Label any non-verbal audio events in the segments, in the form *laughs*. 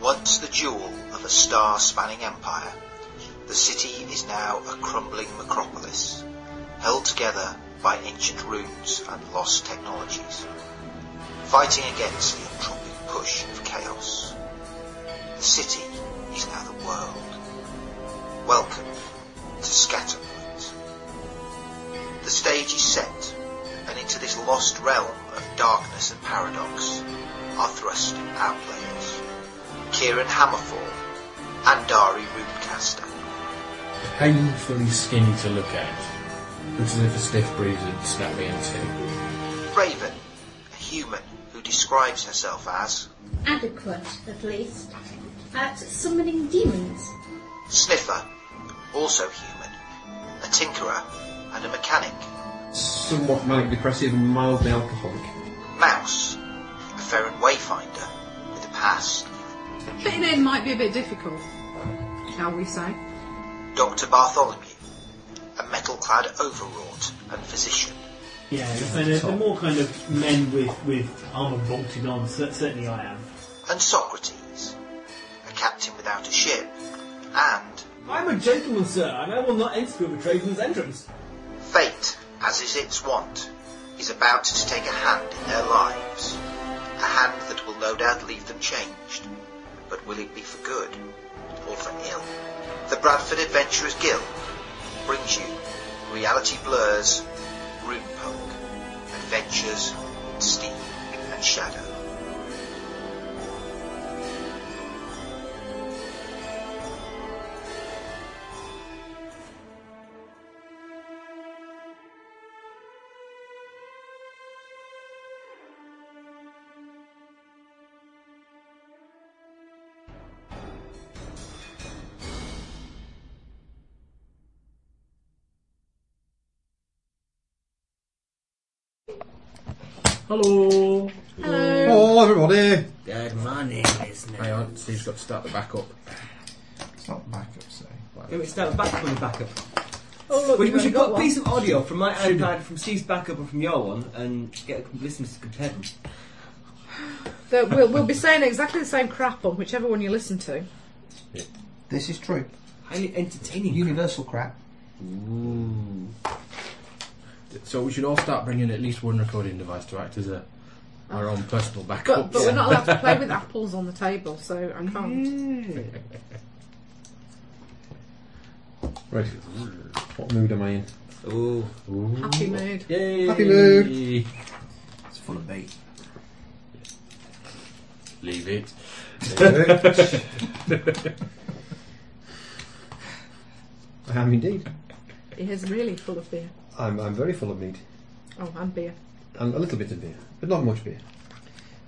Once the jewel of a star-spanning empire, the city is now a crumbling necropolis, held together by ancient runes and lost technologies, fighting against the entropic push of chaos. The city is now the world. Welcome to Scatterpoint. The stage is set, and into this lost realm of darkness and paradox are thrust our players, Kieran Hammerfall and Dari Runecaster. Painfully skinny to look at, looks as if a stiff breeze had snapped me in two. Raven, a human who describes herself as adequate, at least, at summoning demons. Sniffer, also human, a tinkerer and a mechanic. Somewhat manic depressive and mildly alcoholic. Mouse, a Ferran wayfinder with a past. Fitting in might be a bit difficult, shall we say? Dr. Bartholomew, a metal-clad overwrought and physician. Yeah, and they're, they're more kind of men with, with armour bolted on, cer- certainly I am. and Socrates, a captain without a ship, and I'm a gentleman, sir, and I will not enter with a tradesman's entrance. fate, as is its wont, is about to take a hand in their lives. A hand that will no doubt leave them changed, but will it be for good or for ill? The Bradford Adventurers Guild brings you Reality Blurs, Runepoke, Adventures in Steam and Shadow. Hello. Hello, everybody. Good morning, listener. Hang on, Steve's got to start the back up. It's not backup, say. It was that back on the backup. Oh, look, We, you've we should only got put a one. piece of audio from my iPad, from Steve's backup, or from your one, and get listeners to compare them. That we'll, we'll be saying exactly the same crap on whichever one you listen to. This is true. Highly entertaining. Universal crap. So we should all start bringing at least one recording device to act as a our own personal backup. But, but we're not allowed to play with apples on the table, so I can't. Right. What mood am I in? Ooh. Happy mood. Yay. Happy mood. It's full of bait. Leave it. I am indeed. It is really full of beer. I'm, I'm very full of meat. Oh, and beer. And a little bit of beer, but not much beer.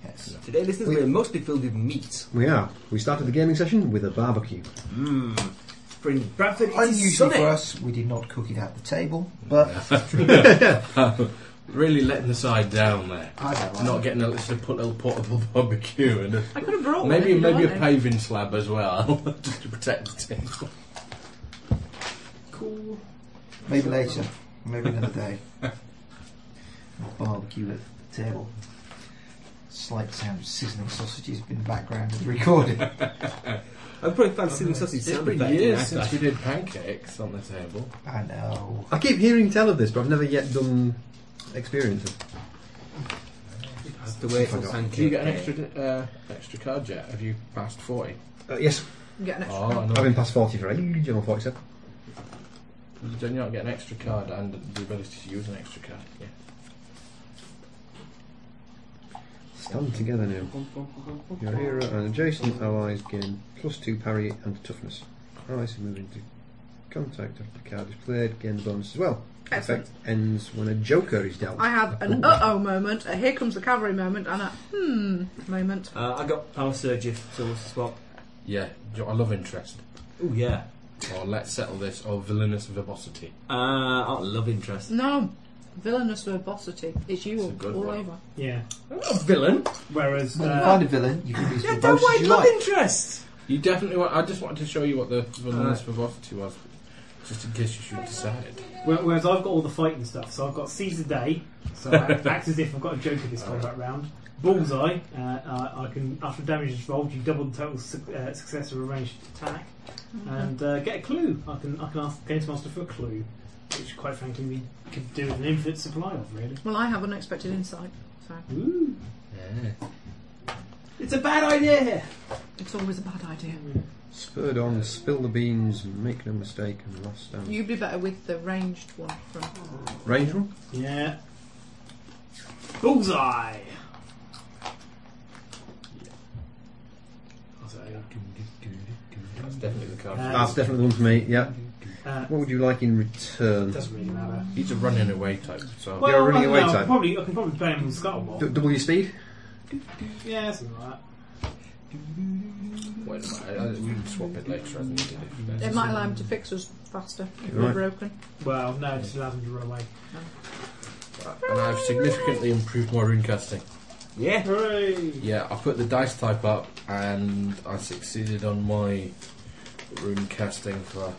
Yes. Today, listeners, we're mostly filled with meat. We are. We started the gaming session with a barbecue. For in Bradford, it's Unusual sunny. for us, we did not cook it at the table, but really letting the side down there. I don't like Not it. getting a little, put a little portable *laughs* barbecue and a, I could have brought maybe one. maybe a you know, paving slab as well, *laughs* just to protect the table. Cool. Maybe later. Maybe another day. Barbecue at the table. Slight sound of sizzling sausages in the background of the recording. I'd probably fancy sizzling sausage It's sound been effect. years yeah. since we did pancakes on the table. I know. I keep hearing tell of this, but I've never yet done experience of. That's the way it's all Forgot. pancaked. Do you get an extra uh, extra card yet? Have you passed forty? Uh, yes, Get an extra. Oh, I I've know. been past 40 for age, I'm on 47. Then you not get an extra card and the ability to use an extra card. Yeah. Stand together now. Your hero and adjacent allies gain plus 2 parry and toughness. Allies who move into contact after the card is played gain the bonus as well. Excellent. Effect ends when a joker is dealt. I had an uh oh moment, a here comes the cavalry moment, and a hmm moment. Uh, I got power surgery, so what's the swap? Yeah, do- I love interest. Oh yeah. Or let's settle this, or villainous verbosity. Uh, I love interest. No, villainous verbosity. It's you It's a all, good all one. over. Yeah. I'm not a villain. Whereas When you uh, find a villain, you can be as Yeah, don't verbose as mind you love like. interest. You definitely want. I just wanted to show you what the villainous Alright. verbosity was, just in case you should decide. where- whereas *laughs* I've got all the fighting stuff, so I've got Caesar Day, so I act as if I've got a joker this combat round. Bullseye. Uh, I, I can, after damage is rolled, you double the total su- uh, success of a ranged attack, and uh, get a clue. I can, I can ask the games master for a clue, which, quite frankly, we could do with an infinite supply of. Really. Well, I have unexpected insight, so Ooh, Yeah. it's a bad idea. it's always a bad idea. Spurred on, spill the beans, make no mistake, and last stand. You'd be better with the ranged one from. Range one? Yeah. Bullseye. What's that again? That's definitely the card. Uh, Ah, That's definitely the one for me, yeah. Uh, What would you like in return? doesn't really matter. He's a running away type, so Well- you're running I- away no, time. Probably, I can probably play him on Scuttlebot. D- double your speed? Yeah, something like that. wait a minute. I, I, we can swap it later as needed. If It that's- might allow him to fix us faster if Right. we're broken. Well, no, it just allows him to run away. and I've significantly improved my rune casting. Yeah. Hooray! Yeah, I put the dice type up, and I succeeded on my rune casting for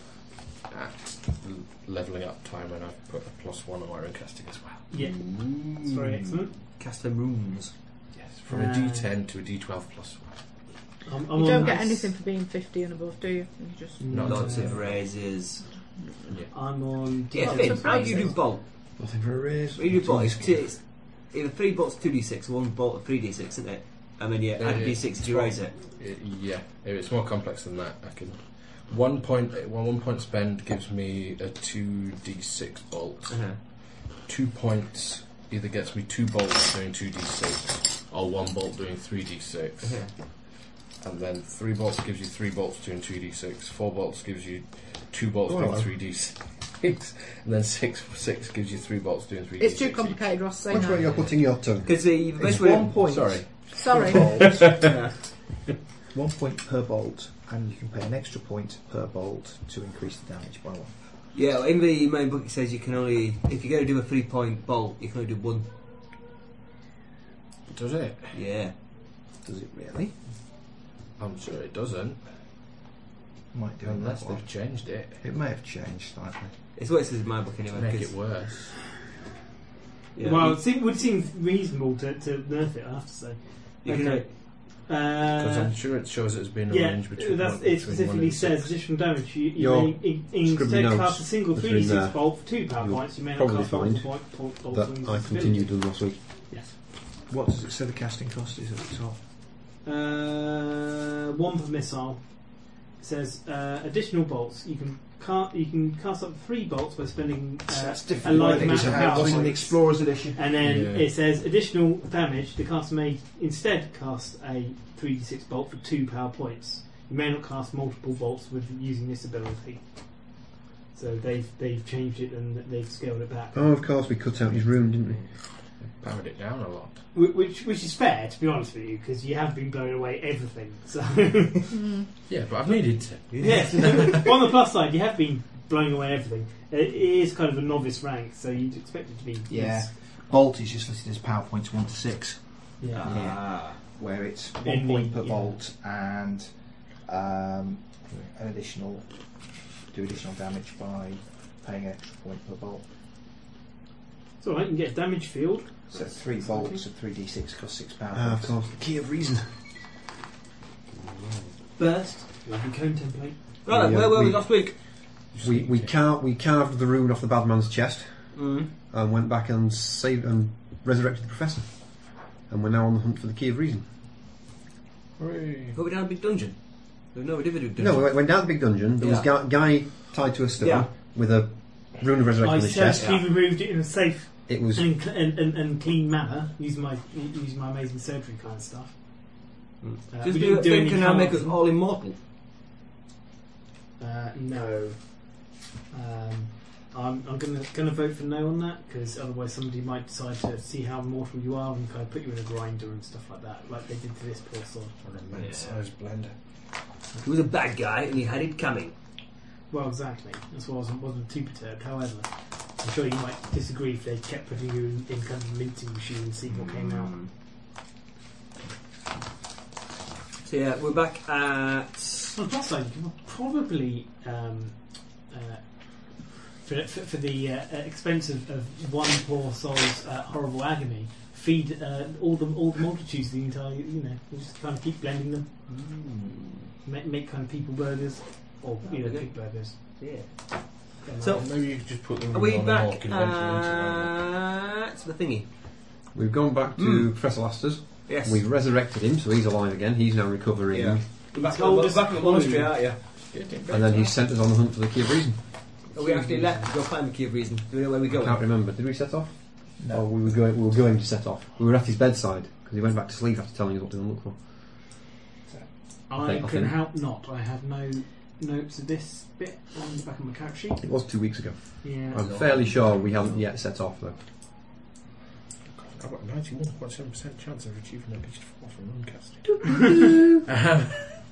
at l- leveling up time, and I've put a plus one on my rune casting as well. Yeah, it's very excellent. Cast her runes. Yes, from a Ah. D10 to a D12 plus one. I'm, I'm You on don't get that. anything for being 50 and above, do you? You just. Not Lots to- of raises. I'm on. Yeah, Oh, Finn, so- how do you do bolt? Nothing for a raise. What do you do bolt? It's, two, it's either three bolts, two d six, one bolt, three d six, isn't it? And then yeah, Yeah, add yeah. d six if you raise it. It- yeah, if it's more complex than that. I can one point well, one point spend gives me a two d six bolt. Uh-huh. Two points either gets me two bolts doing two d six, or one bolt doing three d six. Yeah. And then three bolts gives you three bolts doing two d six. Four bolts gives you two bolts Oh, doing hello. three d six. And then six six gives you three bolts doing three. It's too complicated, Ross. Say Which way no. you're putting your tongue? Because the best It's way. one point. Sorry. Sorry. *laughs* Yeah. One point per bolt, and you can pay an extra point per bolt to increase the damage by one. Yeah, in the main book it says you can only if you're going to do a three point bolt, you can only do one. Does it? Yeah. Does it really? I'm sure it doesn't. Might do Unless unless they've changed it. It may have changed slightly. It's what it says in my book anyway. Make 'cause- it worse. Yeah, Well, it seem, would seem reasonable to, to nerf it, I have to say. you can okay. Because Uh, I'm sure it shows it as being a yeah, uh, range between. that's, one, it between one specifically and says six. additional damage. You, you Your may in, in, scribbly instead cast notes a single that's in 3d6 there, bolt for 2 power you'll points. You may not probably cast multiple find point- bolt- bolts on That this I ability. continued on last week. Yes. What does it say the casting cost is at the top? Uh, one per missile. It says uh, additional bolts. You can ca- you can cast up three bolts by spending uh, a like I think amount it's of how it power was in the points. Explorer's edition. And then Yeah. it says additional damage. The caster may instead cast a 3d6 bolt for two power points. You may not cast multiple bolts with using this ability. So they've they've changed it and they've scaled it back, Oh, of course, we cut out his room, didn't we? Powered it down a lot. Wh- which which is fair to be honest with you because you have been blowing away everything. So *laughs* Mm. Yeah, but I've needed to. *laughs* Yes. On the plus side, you have been blowing away everything. It is kind of a novice rank, so you'd expect it to be. Yeah. Bolt is just listed as power points 1 to 6, Yeah. Ah. where it's 1 In the- point per yeah. bolt and um, an additional, do additional damage by paying an extra point per bolt. It's alright, you can get a damage field. So 3 bolts of 3d6 cost 6 power Ah, of points. course. Key of reason. Burst. Lovely cone template. Right, then, Yeah, where were we, we- last week? We we, car- we carved the rune off the bad man's chest Mm. and went back and saved and resurrected the professor. And we're now on the hunt for the key of reason. *laughs* Go down a big dungeon. No, we didn't do dungeon. No, we went- went down the big dungeon. There was Yeah. a guy tied to a stone Yeah. with a rune of resurrection I on his chest. said he removed it in a safe It was and, cl- and, and, and clean manner, using my using my amazing surgery kind of stuff. Hmm. Mm. Uh, Just we do didn't it. Finn any can now harm. make us all immortal. Uh, no. Um, I'm, I'm gonna gonna vote for no on that because otherwise somebody might decide to see how mortal you are and kind of put you in a grinder and stuff like that, like they did to this poor soul. On a man-sized blender. He was a bad guy and he had it coming. Well, exactly. That's why I wasn't, wasn't too perturbed. However, I'm sure you might disagree if they kept putting you in, in kind of a minting machine and seeing what came out. So yeah, we're back at. On the plus side, you can probably um, uh, for, for, for the uh, uh, expense of, of one poor soul's uh, horrible agony, feed uh, all the all the multitudes of the entire. You know, we just kind of keep blending them, hmm, make, make kind of people burgers or you know Okay. pig burgers. Yeah. Kind of So- like- Maybe you could just put the Are room we on a more back conventional uh, internet. at the thingy? We've gone back to Mm. Professor Laster's. Yes. We've resurrected him, so he's alive again. He's now recovering. Yeah. You're back, at Told the, us back at the clue. monastery, aren't you? And then he's sent us on the hunt for the key of reason. Are we actually left to go find the key of reason? Do we know where we I can't go? remember. Did we set off? No. Or we were going. We were going to set off. We were at his bedside because he went back to sleep after telling us what to go and look for. I I think- I can think- help not. I have no notes of this bit on the back of my character sheet. It was two weeks ago. Yeah. I'm fairly sure we haven't yet set off though. I've got a 91.7% chance of achieving at least four from Runcaster.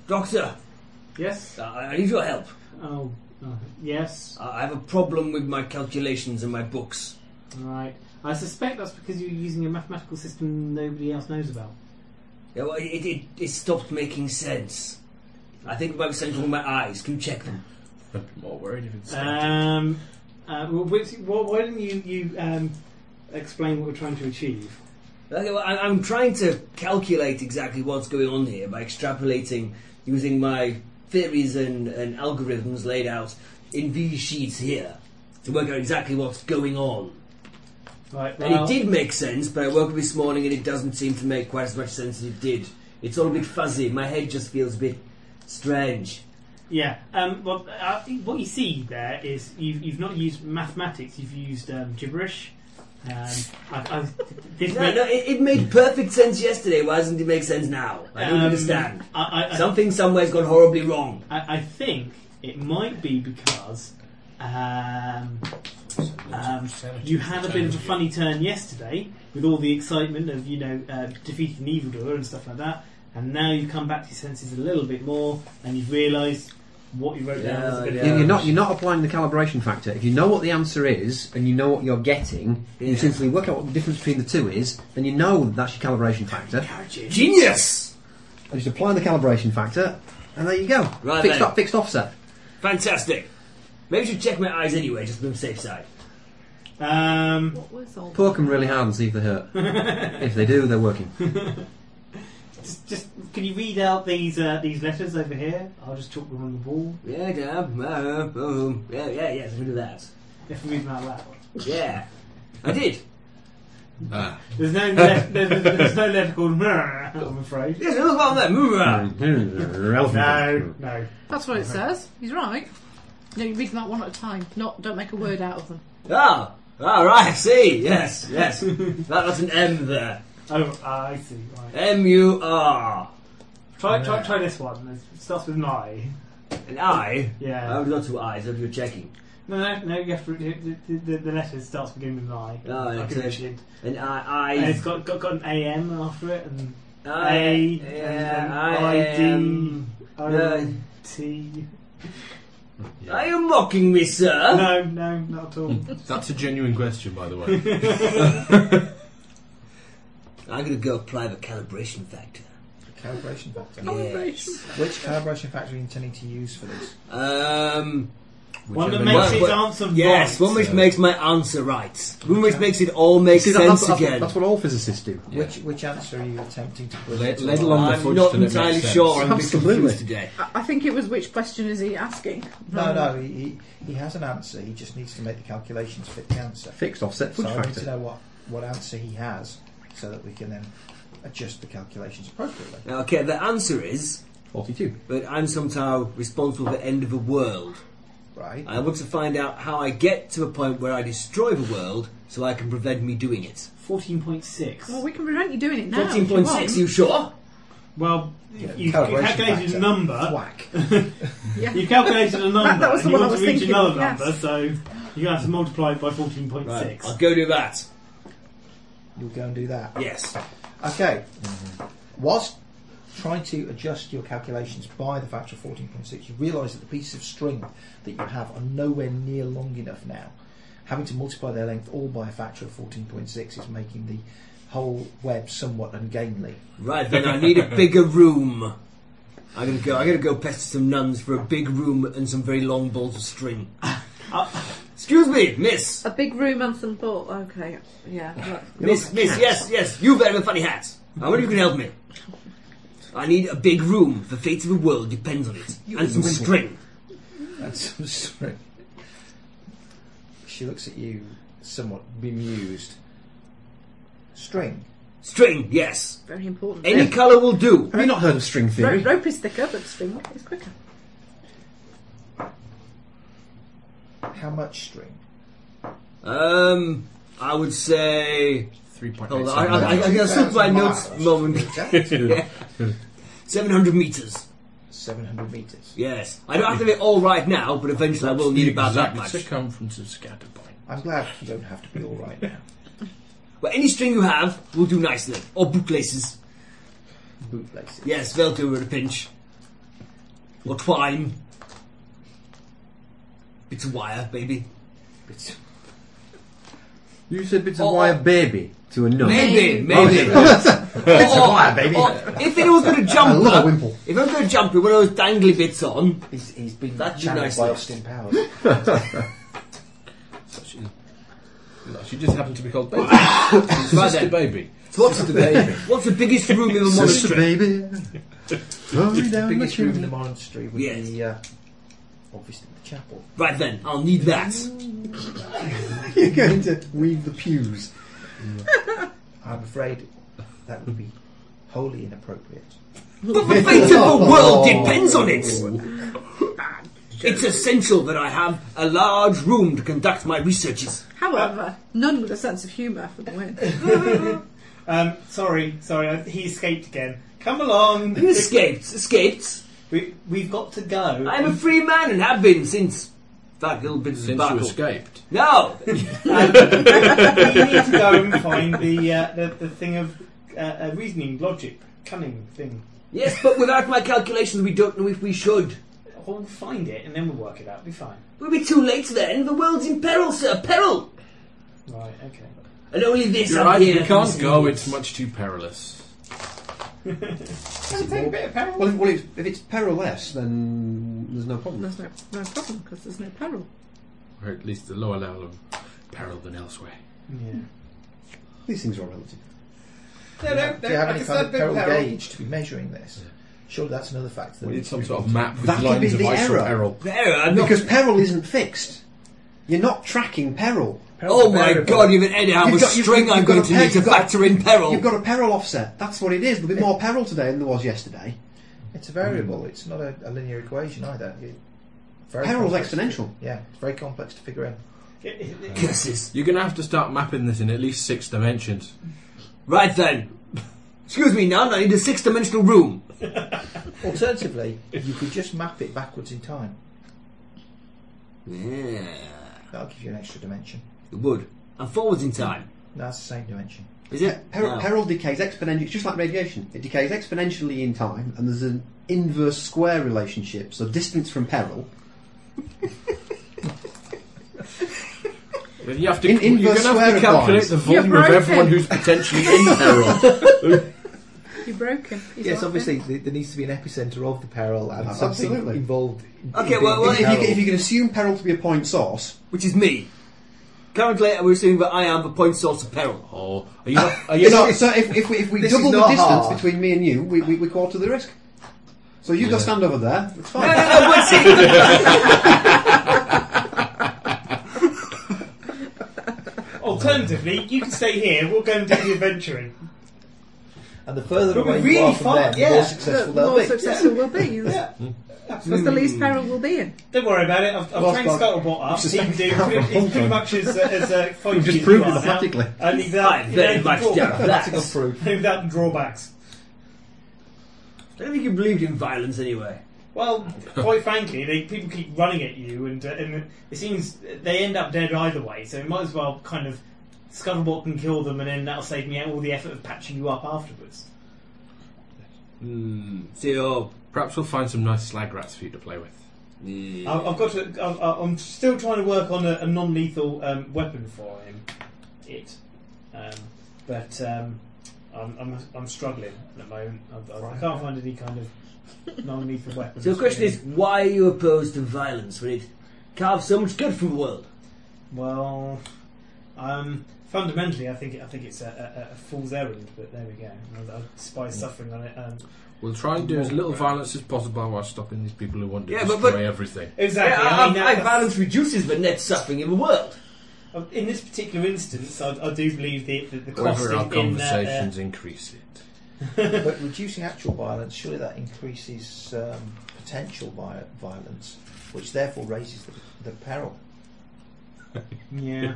Doctor, Yes. I- I need your help. Oh. Uh, yes. I I have a problem with my calculations and my books. Right. I suspect that's because you're using a mathematical system nobody else knows about. Yeah, well, it, it, it stopped making sense. I think it might be something wrong with my eyes. Can you check them? I'd be more worried if it's. Um, uh, well, which, why why didn't you, you um, explain what we're trying to achieve? Okay, well, I- I'm trying to calculate exactly what's going on here by extrapolating using my theories and, and algorithms laid out in these sheets here to work out exactly what's going on. Right, And well, it did make sense, but I woke up this morning and it doesn't seem to make quite as much sense as it did. It's all a bit fuzzy. My head just feels a bit strange. Yeah. Um, well, uh, what you see there is you've, you've not used mathematics, you've used um, gibberish. Um, I, I, this No, may- no, it, it made perfect sense yesterday. Why doesn't it make sense now? I don't um, understand. I, I, I, Something somewhere's gone horribly wrong. I, I think it might be because um, um, you had a bit of a funny turn yesterday with all the excitement of you know uh, defeating the evildoer and stuff like that, and now you've come back to your senses a little bit more and you've realised what you wrote down. Was a bit Yeah, You- of You're not. You're not applying the calibration factor. If you know what the answer is and you know what you're getting, Yeah. you simply work out what the difference between the two is. Then you know that that's your calibration factor. Genius! And just apply the calibration factor, and there you go. Right fixed, then. up, fixed offset. Fantastic. Maybe you should check my eyes anyway, just on the safe side. Um, What was all Poke them really hard and see if they hurt. if they do, they're working. just, just can you read out these uh, these letters over here? I'll just chalk them on the wall Yeah, yeah, oh, oh, yeah, yeah, yes, we do that. if we read them out loud. Yeah, I did. There's no le- *laughs* there's, there's no letter called *laughs* I'm afraid. Yes, look well there. Move No, no. That's what it says. He's right. No, you read them out one at a time. Not don't make a word out of them. Ah, all right. I See, yes, yes. that, that's an M there. Oh, I see. Right. M U R. Try, try, try this one. It starts with an I. An I. Oh, Yeah. I would not two eyes. If you're checking, No, no, no. You have to. The, the, the, the letter starts beginning with an I. Oh, I it's can a- reach it. an And I. it's got, got got an AM after it and I. A and, and Ah, I. I D am- O no. T. Are you mocking me, sir? No, no, not *laughs* at all. That's a genuine question, by the *laughs* way. I'm gonna go apply the calibration factor. Calibration factor. Yes. Which calibration factor are you intending to use for this? Um. one that Whichever makes one- his one- answer Yes, right. one which makes my answer right. One which makes it all make See, that- sense that's, that's, again. that's what all physicists do. Which which answer are you attempting to put? Led- into led our- along- the I'm fudge not till it makes entirely sense. sure. I'm a bit Absolutely. confused today. I, I think it was which question is he asking? No, no, he, he, he has an answer. He just needs to make the calculations fit the answer. Fixed offset So fudge I need to factor. know what, what answer he has so that we can then adjust the calculations appropriately. Okay, the answer is Forty-two. that I'm somehow responsible for the end of the world. Right? I want to find out how I get to a point where I destroy the world so I can prevent me doing it. fourteen point six. Well, we can prevent you doing it now. if you 14.6, you sure? Well, Calibration you've calculated factor. a number. Whack. want. You've calculated *laughs* a number. That was the and you one I want was to reach thinking, another yes. number, so you have to multiply it by fourteen point Right, six. I'll go do that. You'll go and do that. Yes. Okay. Whilst trying to adjust your calculations by the factor of 14.6, you realise that the pieces of string that you have are nowhere near long enough now. Having to multiply their length all by a factor of 14.6 is making the whole web somewhat ungainly. Right then, I need a bigger room. I'm gonna go. I'm gonna go pester some nuns for a big room and some very long balls of string. Uh, Excuse me, miss. A big room and some ball. Okay, yeah. Right. Miss, miss, yes, yes. You wear a funny hat. I wonder if you can help me. I need a big room. The fate of the world depends on it. And some string. That's some string. She looks at you somewhat bemused. String. String, yes. Very important. Any colour will do. Have you not heard of string Ro- theory? rope is thicker, but string is quicker. How much string? Um, I would say. Three point Hold eight. on, I, I, I, I can slip my notes a moment. *laughs* moment. Yeah. 700 metres. 700 metres. Yes. I don't have to be all right now, but eventually I will need about that much. Circumference of scatterpoint. I'm glad you don't have to be all right now. But any string you have will do nicely. Or bootlaces. Bootlaces. Yes, they'll do with a pinch. Or twine. Bits of wire, maybe. It's- You said bits of Oh, wire oh. baby to a nun. Maybe, Oh, *laughs* maybe. bits of Or- wire baby. or if anyone's going to jump love a up, wimple. if I'm going to jump with one of those dangly bits on, He's, he's been That'd be channeled nice by next. Austin Powers. So she, no, she just happened to be called baby. She's Right Sister then. baby. what's Sister baby. what's the biggest room in the Sister monastery? *laughs* baby. Hurry down the biggest room in the chimney. monastery would Yes. be uh, obviously the chapel. Right then, I'll need that. You're going to weave the pews. I'm afraid that would be wholly inappropriate. But the fate of Oh. the world depends on it. It's essential that I have a large room to conduct my researches. However, none with a sense of humour for the win. Um, sorry, sorry, I- he escaped again. Come along. You escaped, escaped. We, we've got to go. I'm a free man and have been since that little bit of Since you debacle. escaped. No, *laughs* we need to go and find the uh, the, the thing of uh, uh, reasoning, logic, cunning thing. yes, but without my calculations, we don't know if we should. We'll find it and then we'll work it out. Be fine. We'll be too late then. The world's in peril, sir, peril. Right. Okay. And only this You're up right, here. we can't go, is- it's much too perilous. Well, if, well if, if it's perilous, then there's no problem. There's no, no problem because there's no peril. Or at least a lower level of peril than elsewhere. Yeah. These things are all relative. do you have, do you have any kind of peril gauge to be measuring this? Surely that's another factor. that We need some should- sort of map with That'll be lines of the ice or error. peril. There, I'm not. Because peril isn't fixed. You're not tracking peril. oh my variable. god, you've an idea how You've much got- you've- string you've I'm got going a to pair- need to you've got- factor in peril. You've got a peril offset. That's what it is. There'll be more peril today than there was yesterday. It's a variable. It's not a, a linear equation either. It- very Peril's complex. exponential. Yeah, it's very complex to figure out. *laughs* Curses. You're going to have to start mapping this in at least six dimensions. Right then. *laughs* Excuse me, Nan, I need a six dimensional room. Alternatively, you could just map it backwards in time. Yeah. That'll give you an extra dimension. It would. And forwards in time. No, it's the same dimension. Is it? Peril, No. peril decays exponentially. It's just like radiation. It decays exponentially in time, and there's an inverse square relationship. So distance from peril. You have to, In- you're going inverse to have square to of calculate lines. the volume You're of everyone broken. who's potentially *laughs* in peril. You broke him. He's Yes, laughing. obviously th- there needs to be an epicenter of the peril and something Absolutely. involved. in- Okay, in well- being well, If you, peril. if you can assume peril to be a point source, Which is me. Currently, we're assuming that I am the point source of peril. Oh, are you not, are you so, not, so if, if we, if we This double is the not distance hard. between me and you, we, we, we quarter the risk. So you go stand over there. It's No, fine. no, no, what's it? Alternatively, you can stay here. We'll go and do the adventuring. and the further It'll be away really you are from fun, them, the yeah. more the successful more they'll be. Hmm. successful will be. That's the least peril will be in. Don't worry about it. I've, I've Well, trained Scott, Scuttlebot up. He can do pretty, he's pretty much as uh, as uh, fighty We've as just you proved it are now. mathematically. And I without very much doubt that. Practical proof. *laughs* without drawbacks. I don't think you believed in violence anyway. Well, quite frankly, they, people keep running at you, and, uh, and it seems they end up dead either way. So it might as well kind of scuttlebot can kill them, and then that'll save me all the effort of patching you up afterwards. Hmm. So, you're- perhaps we'll find some nice slag rats for you to play with. yeah. I- I've got to. I'm- I'm still trying to work on a, a non-lethal um, weapon for him. It, um, but um, I'm, I'm I'm struggling at the moment. I, I can't find any kind of non-lethal weapon. So the question is, why are you opposed to violence when it carve so much good from the world? Well, um, fundamentally, I think I think it's a, a, a fool's errand. But there we go. I, I despise suffering on it. Um, We'll try and do as little violence as possible while stopping these people who want to Yeah, but- destroy but- everything. exactly. Yeah, I mean, I- that- I- that's- violence reduces the net suffering in the world. in this particular instance, I, I do believe the the, the cost However, our in, in that, uh, conversations increase it. but reducing actual violence, surely that increases um, potential vi- violence, which therefore raises the, the peril. Yeah.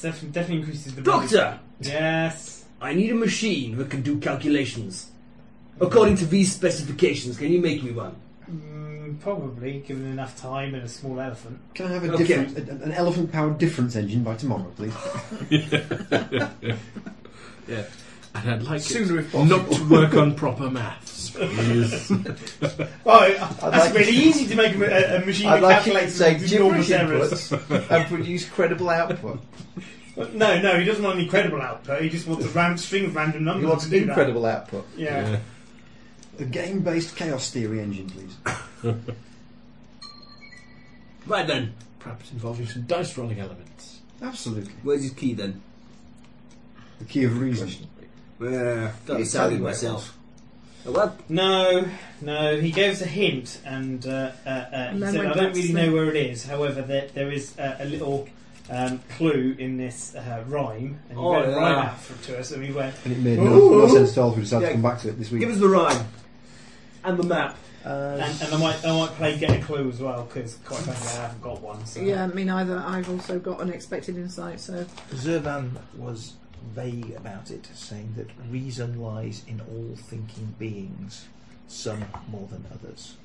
Definitely, definitely increases the Doctor! Yes. I need a machine that can do calculations. According to these specifications, can you make me one? Mm, probably, given enough time and a small elephant. Can I have a Okay. different, a- an elephant-powered difference engine by tomorrow, please? Yeah. And I'd like Sooner it if possible. not to work on proper maths, please. Well, that's like- really easy to make a, machine I'd like you to say gibberish inputs and produce credible output. No, no, he doesn't want any credible output. He just wants a round string of random numbers. You want to do that. incredible output. Yeah. A game-based chaos theory engine, please. Right then, Perhaps involving some dice rolling elements. Absolutely. where's his key then? The key of reason. Yeah, got He's decided telling you where it myself. Oh, well, No, no. He gave us a hint, and uh, uh, uh, he And then said, went "I back don't to really sleep. know where it is." However, there, there is a, a little um, clue in this uh, rhyme, and he Oh, read a rhyme yeah. out for, to us, and we went, And it made no, no sense at all if we decided Yeah. to come back to it this week. give us the rhyme and the map. Uh, and, and I might, I might play get a clue as well because quite frankly, I haven't got one. So. Yeah, me neither. I've also got unexpected uh, insight, so Zervan was vague about it, saying that reason lies in all thinking beings, some more than others.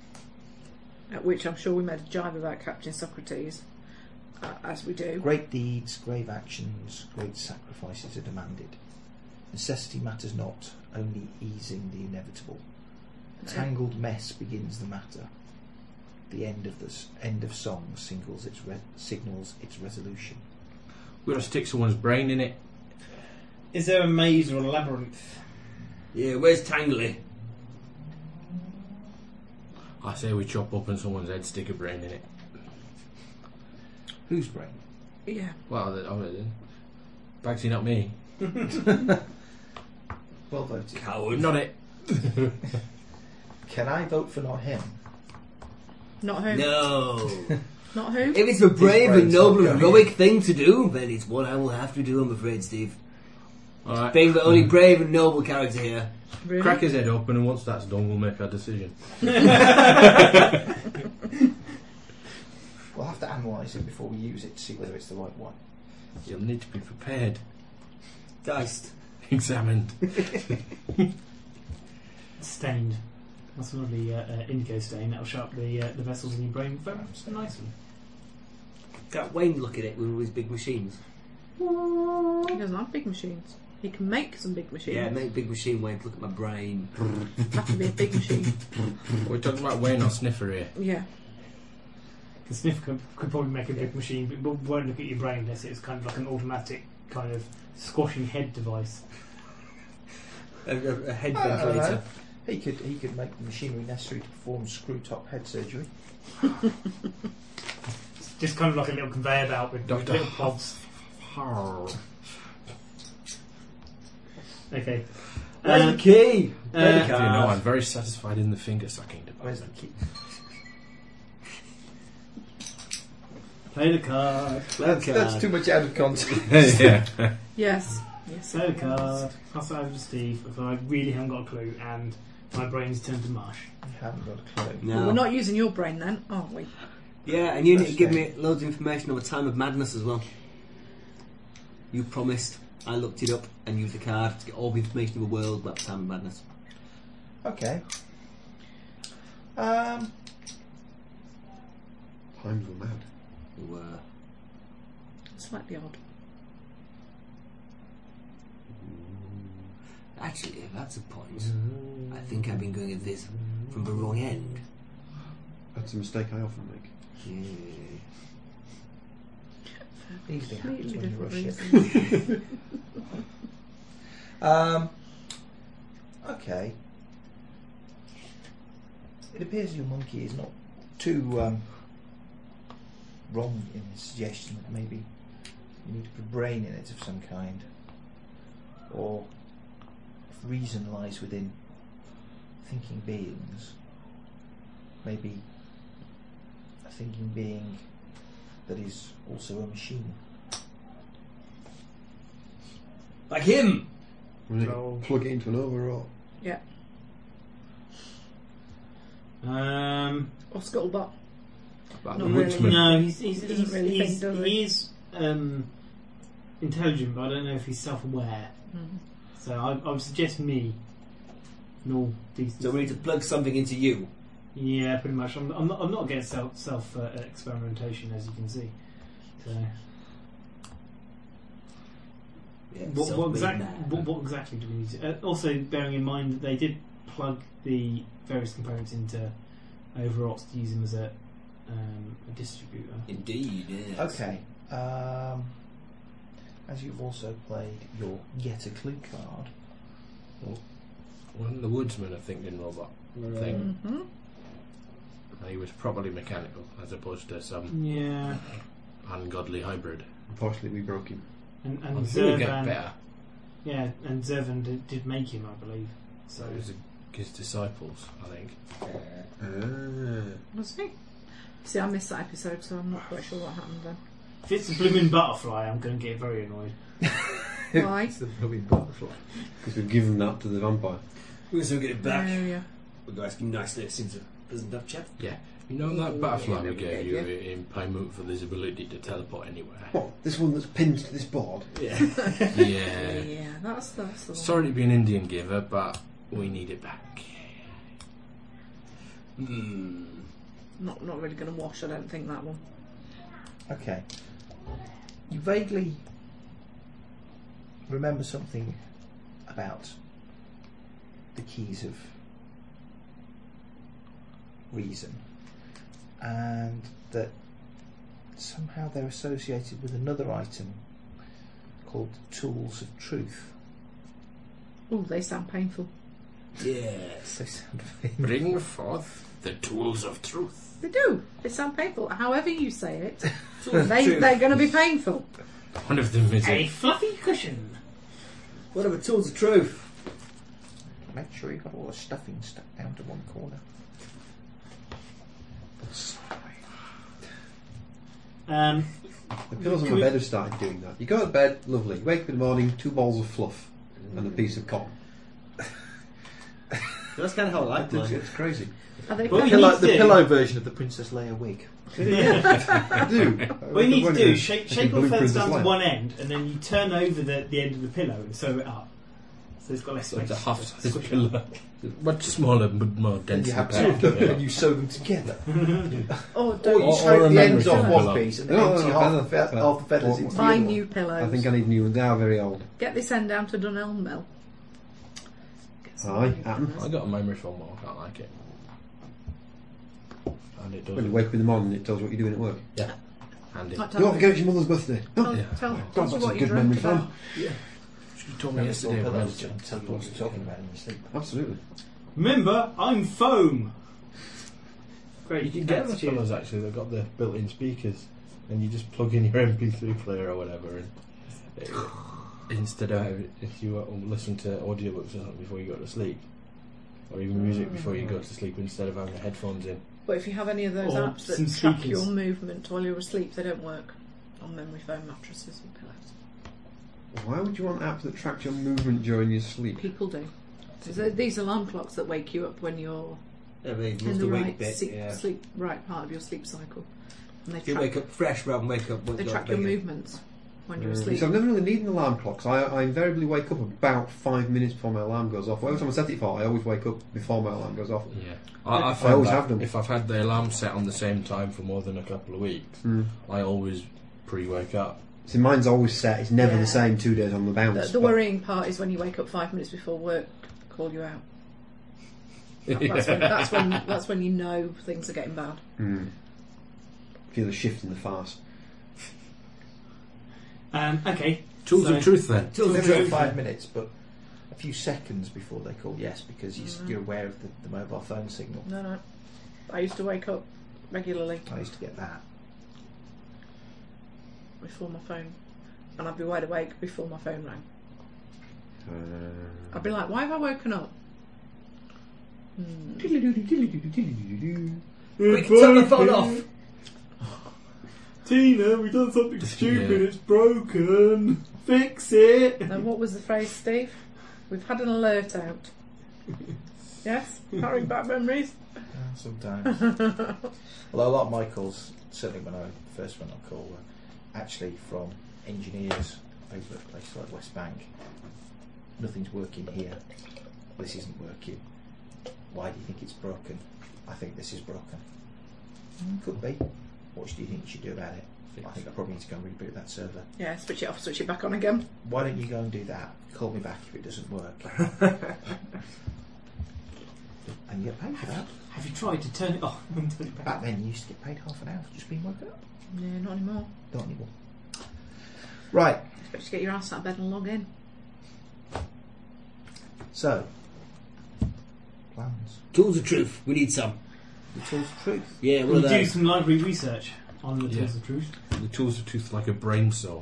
at which I'm sure we made a jibe about Captain Socrates, uh, as we do. Great deeds, grave actions, great sacrifices are demanded. Necessity matters not, only easing the inevitable. A tangled mess begins the matter. The end of this end of song singles its re- signals its resolution. We're going to stick someone's brain in it. Is there a maze or a labyrinth? Yeah, where's Tangley? I say we chop open someone's head, stick a brain in it. Whose brain? Yeah, Well, th- oh, uh, Bagsy, not me. Well voted. Coward. Not it. Can I vote for not him? not who, No. not who. *laughs* if it's a brave and brain's not noble and going. heroic thing to do, then it's what I will have to do, I'm afraid, Steve. All right. Being the Mm. only brave and noble character here. Really? Crack his head open, and once that's done, we'll make our decision. We'll have to analyse it before we use it to see whether it's the right one. You'll need to be prepared, *laughs* Diced. examined. Stained. That's one of the uh, uh, indigo stain that'll show up the uh, the vessels in your brain. Very much a nice one. Got Wayne look at it with all his big machines. He doesn't have big machines. He can make some big machines. Yeah, make big machine Wayne, look at my brain. have to be a big machine. We're talking about Wayne or Sniffer here. Yeah, The sniff could, could probably make a big machine, but it won't look at your brain unless it's kind of like an automatic kind of squashing head device. A, a, a head I don't ventilator. know. He could he could make the machinery necessary to perform screw top head surgery. It's just kind of like a little conveyor belt with Doctor. little pods. Okay. Where's Uh, the key? Where's the uh, Do you know I'm card? very satisfied in the finger sucking Where's *laughs* the department. key? *laughs* Play the card. Play the card. much out of context. *laughs* yeah. *laughs* yes. uh, Yes. Play the card. Pass it over to Steve. If I really haven't got a clue, and my brain's turned to mush. You haven't got a clue. Well, No. we're not using your brain then, are we? Yeah, and you need to give me loads of information on the time of madness as well. You promised. I looked it up and used the card to get all the information in the world about the time of madness. Okay. Um, Times were mad. You were Slightly odd. Actually, if that's a point, I think I've been going at this from the wrong end. That's a mistake I often make. Yeah. easily happens Completely when you different rush it. reason. Um, okay. It appears your monkey is not too um, wrong in the suggestion that maybe you need to put brain in it of some kind, or if reason lies within thinking beings, maybe a thinking being that is also a machine. Like him! Really No. Plug it into an overall. Yeah. Um, Or scuttlebutt. But Not the really. woodsman- no, he's, he's, He he's, doesn't really think, he's- does he? he is um, intelligent, but I don't know if he's self-aware. Hmm. So I, I would suggest me. in all decent. So we need to plug something into you. Yeah, pretty much. I'm, I'm, not, I'm not against self self uh, experimentation, as you can see. So, Yeah, what, what, self-made exact, man. what, what exactly do we need? To, uh, also, bearing in mind that they did plug the various components into Overwatch to use them as a, um, a distributor. Indeed, yes. Okay. Um, as you've also played your get a clue card, Wasn't the woodsman a thinking robot thing? Mm-hmm. He was probably mechanical as opposed to some Yeah, ungodly hybrid. Unfortunately, we broke him. and, I'm and sure he'll get Zervan, better. yeah, and Zervan did, did make him, I believe. So his, his disciples, I think. Ah. Was he? See, I missed that episode, so I'm not quite sure what happened then. If it's a blooming butterfly, I'm going to get very annoyed. Why? the blooming butterfly. Because we've given that to the vampire. We'll soon get it back. Yeah, Oh, yeah. We're going to ask him nicely as soon as it doesn't have chat. You know that butterfly we Yeah, gave you in payment for this ability to teleport anywhere? What? This one that's pinned to this board? Yeah. yeah. Yeah, that's, that's the one. Sorry to be an Indian giver, but we need it back. Hmm. Not, not really going to wash, I don't think, that one. Okay. You vaguely remember something about the keys of reason and that somehow they're associated with another item called tools of truth. Oh, they sound painful. Yes. They sound *laughs* very Bring forth the tools of truth. They do. They sound painful. However you say it, Tools of they, truth. they're going to be painful. One of them is A a fluffy cushion. What are the tools of truth? Make sure you've got all the stuffing stuck down to one corner. Um, The pillows on Can my we- bed have started doing that. You go to bed, lovely. You wake up in the morning, two balls of fluff and a piece of cotton. That's kind of how I like It's, mine. it's crazy. Are they painful? Well, you Pillow- need the to- pillow version of the Princess Leia wig. I *laughs* do. What you need to Wonder do if is shake, I shake can off blueprint feathers this down to line. one end, and then you turn over the, the end of the pillow and sew it up. So it's got less sort space. of half size Squish it. pillar. Much smaller, but more And densely you have packed. two of them Yeah. and you sew them together. Oh, Or don't you Or- take or a the ends memory off foam one pillow. piece and No, no, empty no, half, no, the fe- no. half the feathers Or- into the buy other new pillows. I think I need new ones. They are very old. Get this end down to Dunelm Mill. Get some Aye, new *laughs* happen. pillows. I got a memory foam, but I can't like it. And it When you doesn't. wake up in the morning, it tells what you're doing at work. Handy. Not Don't telling forget it's your mother's birthday. Tell, Oh, Yeah. tell, God, tell us that's a what you good dreamt memory, about. She told me yesterday when I was one. Tell you what you're talking about in your sleep. absolutely. Remember, I'm foam. Great. You can get the thanks, cheers. fellows actually. They've got the built-in speakers, and you just plug in your *laughs* MP3 player or whatever, and it, instead of having- if you uh, listen to audiobooks or something before you go to sleep, or even music before you go to sleep, instead of having the headphones in. But if you have any of those Or apps some that track speakers. your movement while you're asleep, they don't work on memory foam mattresses and pillows. Why would you want an app that tracks your movement during your sleep? People do. So these alarm clocks that wake you up when you're Yeah, they in move the the right weight bit. sleep, yeah. sleep right part of your sleep cycle. And they You track, wake up fresh rather than wake up Mm. when they you're track your bigger. movements when you're asleep. So I've never really needed an alarm clock. So I, I invariably wake up about five minutes before my alarm goes off. Every time I set it for, I always wake up before my alarm goes off. Yeah, I, I I find always that have them. if I've had the alarm set on the same time for more than a couple of weeks, Mm. I always pre-wake up. *laughs* See, mine's always set. It's never Yeah. the same two days on the The, bounce. the but- worrying part is when you wake up five minutes before work, call you out. That's, when, that's *laughs* when that's when you know things are getting bad. Mm. Feel the shift in the farce. Um, okay. Tools So- of truth, then. Tools of Maybe- truth. True. five minutes, but a few seconds before they call yes, because you, s you're aware of the, the mobile phone signal. No, no. I used to wake up regularly. I used to get that. before my phone, and I'd be wide awake before my phone rang. Uh, I'd be like, why have I woken up? Quick, turn the phone off. Tina, we've done something stupid. Yeah. It's broken. Fix it. Now, what was the phrase, Steve? We've had an alert *laughs* out. Yes, carrying back memories. Yeah, Sometimes. Although a lot of my calls, certainly when I first went on call, were actually from engineers over at places like West Bank. Nothing's working here. This isn't working. Why do you think it's broken? I think this is broken. "Mm, Could be. What do you think you should do about it? I think I probably need to go and reboot that server. Yeah, switch it off, switch it back on again. Why don't you go and do that? Call me back if it doesn't work. and you get paid for that. Have you tried to turn it Oh, *laughs* off and turn it back? Back then, you used to get paid half an hour for just being woken up. Yeah, not anymore. Not anymore. Right, Expect to get your ass out of bed and log in. so plans. Tools of truth. We need some. The tools of truth. Yeah, one We of do those. some library research on the Yeah. tools of truth. The tools of truth like a brain *laughs* saw.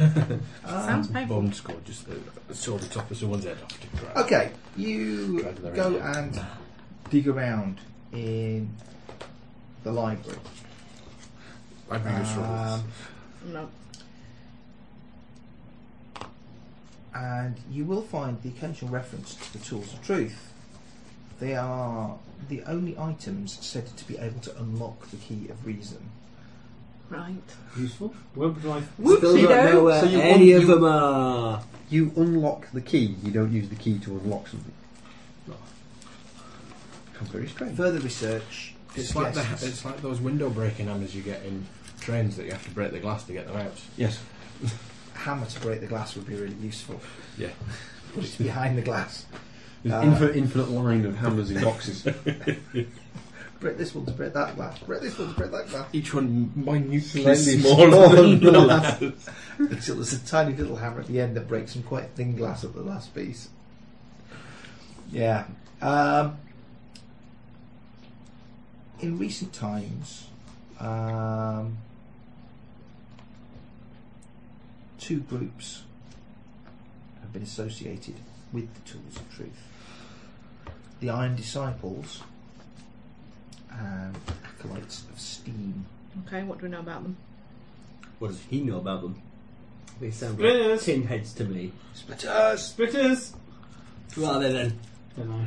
Ah. Sounds painful. Bomb score just uh, saw the top of someone's head off to cry. Okay, you Drag their go engine. and dig around in the library. I'd be useful. Um, No. and you will find the occasional reference to the tools of truth. They are the only items said to be able to unlock the key of reason. Right. Useful. Where would I? Still don't know where So you any want- of you- them are. you unlock the key. You don't use the key to unlock something. How very strange. Further research. it's like the, suggests- it's like those window breaking hammers you get in trains that you have to break the glass to get them out. Yes. hammer to break the glass would be really useful. Yeah. It's behind the glass. There's Uh, infinite, infinite line of hammers in *laughs* boxes. Break this one to break that glass. Break this one to break that glass. Each one minutely Slightly *laughs* smaller than smaller the than last. Until there's a tiny little hammer at the end that breaks some quite thin glass at the last piece. Yeah. Um, in recent times, um, two groups have been associated with the tools of truth the Iron Disciples and Acolytes of Steam. Okay, what do we know about them? What does he know about them? They sound like Splitters. tin heads to me. Splitters! Splitters. Who are they then? Don't know.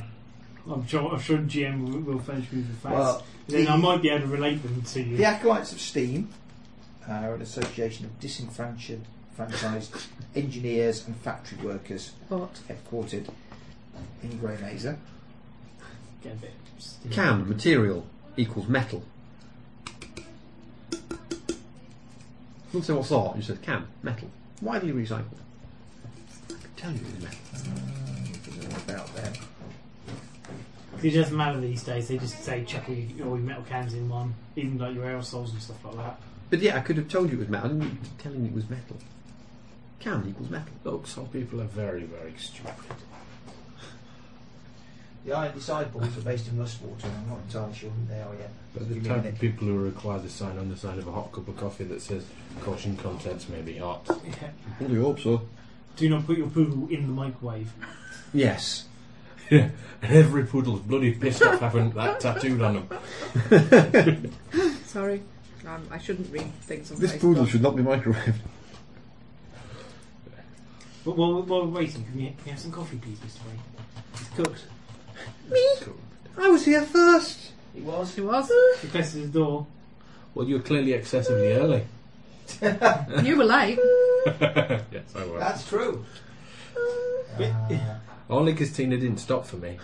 I'm sure. I'm sure GM will, will furnish me with facts. Well, then the- I might be able to relate them to you. The Acolytes of Steam uh, are an association of disenfranchised franchised engineers and factory workers But headquartered in Grey Mesa. Get a bit stingy. Can material equals metal. Not say what sort. You said can metal. Why do you recycle? I can tell you it's metal. About them. It doesn't matter these days. They just say chuck all your, all your metal cans in one, even like your aerosols and stuff like that. But yeah, I could have told you it was metal. I didn't need to tell you it was metal. Can equals metal. Look, some people are very, very stupid. The Iron Disciples are based in Rustwater, and I'm not entirely sure who they are yet. But the You type mean of people who require the sign on the side of a hot cup of coffee that says "caution contents may be hot." Yeah. Well, you hope so. Do not put your poodle in the microwave. Yes. Yeah, and every poodle's bloody pissed off having that tattooed on them. sorry, um, I shouldn't read things on This Facebook. poodle should not be microwaved. But while, while we're waiting, can we, can we have some coffee, please, Mr. Ray? It's cooked. *laughs* I was here first. It was. She was. He presses his door. Well, you're clearly excessively early. you were late. *laughs* yes, I was. That's true. Only because Tina didn't stop for me.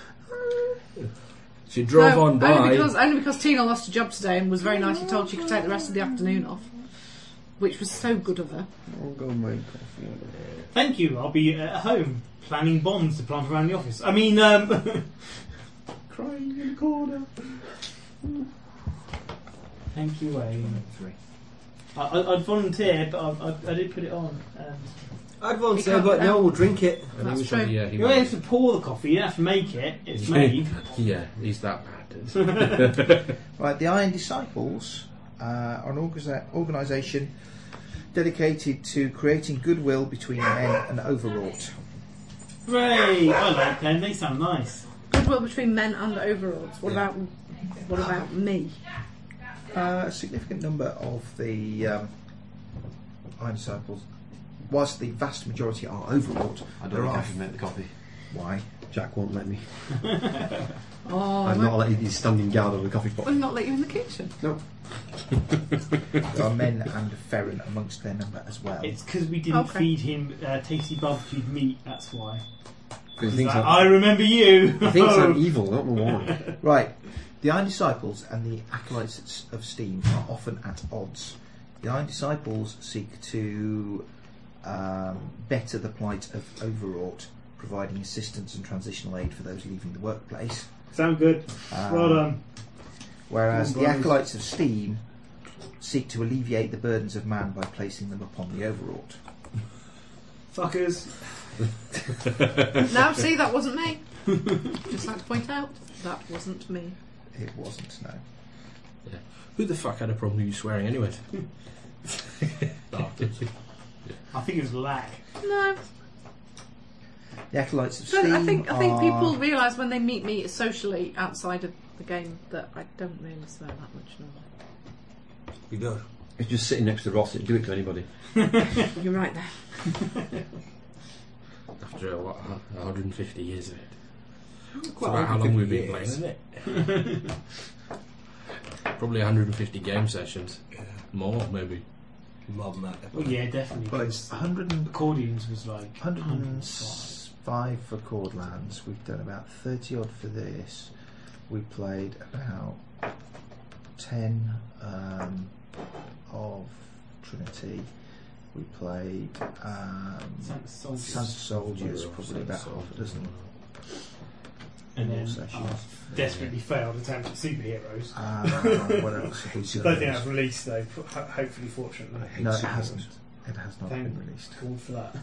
She drove on by. Only because, only because Tina lost her job today and was very nicely told she could take the rest of the afternoon off, which was so good of her. I'll go make coffee. Thank you. I'll be uh, at home planning bombs to plant around the office. I mean, um, *laughs* Crying in the corner. thank you, Ray. Three. I, I, I'd volunteer, but I, I, I did put it on. Um, I'd We want so, can't but but no no tell. one will drink it. and That's he was on true. the- yeah, he you don't have was. to pour the coffee. You don't have to make it. *laughs* It's made. yeah, he's that bad. Right, the Iron Disciples uh, an orga- organisation dedicated to creating goodwill between men and overwrought. Hooray! I like them, they sound nice. Goodwill between men and overalls. What about what about me? Uh, a significant number of the um, Iron Disciples, whilst the vast majority are overwrought, I there don't think are I can make the copy. why Jack won't let me. Oh, I'm not letting you standing guard over the coffee pot. I've not let you in the kitchen. *laughs* there are men and Ferron amongst their number as well. It's because we didn't Okay. feed him uh, tasty barbecued meat, that's why. He He's thinks, like, I'm, I remember you! he thinks Oh. I'm evil, I don't know why. Right. The Iron Disciples and the Acolytes of Steam are often at odds. The Iron Disciples seek to um, better the plight of overwrought, providing assistance and transitional aid for those leaving the workplace. *laughs* Sound good. well done. Whereas the Right. Acolytes of Steam seek to alleviate the burdens of man by placing them upon the overwrought. Fuckers. now, see, that wasn't me. Just like to point out, that wasn't me. It wasn't, no. *laughs* Who the fuck had a problem with you swearing anyway? *laughs* Bastards. I think it was lack. *laughs* No, The Acolytes of but Steam. I think I think are- people realise when they meet me socially outside of the game that I don't really swear that much. No. You don't. It's just sitting next to Ross, it'd do it to anybody. You're right there. After what, 150 years of it. That's Quite about how long we've been playing, 150 isn't it? Probably 150 game sessions. More, maybe. More than that. Well, yeah, definitely. Well, it's 100 and Accordions was like 105. 105 for Chordlands. We've done about 30 odd for this. We played about 10 um, of Trinity. We played um, Sounds soldiers. Sons of Soldiers, probably about half a *laughs* dozen and then more sessions. our desperately failed attempt at superheroes. Uh, what else? Who's Don't think that's released though. ho- Hopefully, fortunately, No, it hasn't. It has not Thank- been released. Called for that.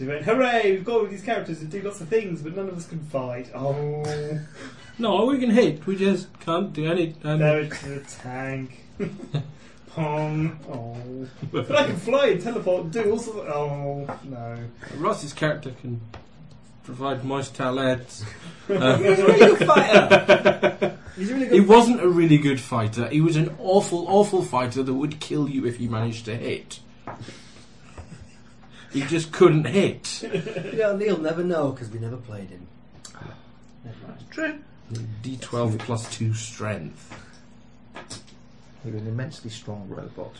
They went, hooray! We've got all these characters that do lots of things, but none of us can fight. Oh, No, we can hit. We just can't do any. um, they're into the tank. Pong. Oh, but I can fly and teleport and do all sorts. Of, oh no! Ross's character can provide moist towelettes. He's a really good fighter. He's a really He good. wasn't a really good fighter. He was an awful, awful fighter that would kill you if he managed to hit. He just couldn't hit. You know, Neil never know because we never played him. D12 plus 2 strength. He was an immensely strong robot,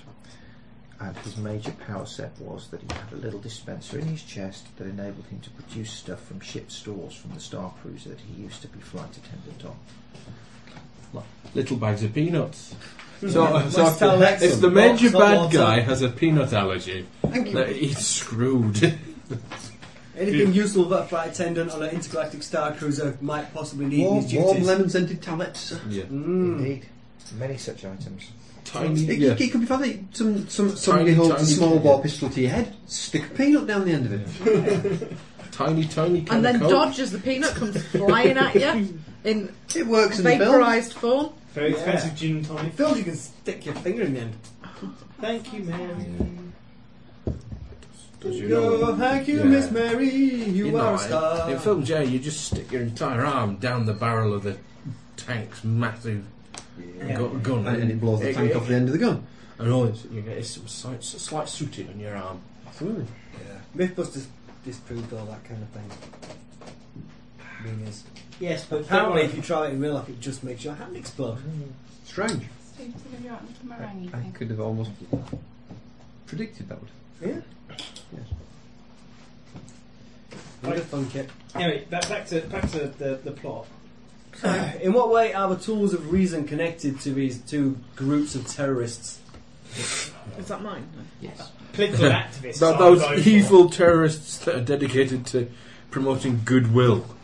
and his major power set was that he had a little dispenser in his chest that enabled him to produce stuff from ship stores from the star cruiser that he used to be flight attendant on. Little bags of peanuts. So, so *laughs* Moist if, towelettes the, if the and major lots of bad water. guy has a peanut allergy, that he's *laughs* screwed. Anything useful that a flight attendant on an intergalactic star cruiser might possibly need in Warm, his duties. lemon scented tablets. yeah. Mm. Indeed, many such items. Tiny. It, yeah. it could be funny. Some, some, somebody Tiny, holds a tiny- small bore pistol to your head, stick a peanut down the end of it. Tiny, tiny can And of then Coke. dodge as the peanut comes flying at *laughs* you in It works in the film. vaporised form. *laughs* Very Yeah. expensive gin and tonic. Phil, you can stick your finger in the end. Thank you, man. Does you Go, know- thank you, Yeah. Miss Mary. You, know, are a in- star. In film J, you just stick your entire arm down the barrel of the tank's massive gu- gun, And, and it blows the tank off the end of the gun. And all it's, you get is some slight, slight sooting on your arm. Absolutely. Yeah. Mythbusters disproved all that kind of thing. Being is. Yes, but Apparently, if you try it in real life, it just makes your hand explode. Mm-hmm. Strange. I Meringue could have almost predicted that would. Yeah. Yes. What a fun kit. Anyway, back, back to back to the, the plot. In what way are the tools of reason connected to these two groups of terrorists? Is that mine? Political activists. Th- are going those for- evil terrorists that are dedicated to promoting goodwill. *laughs*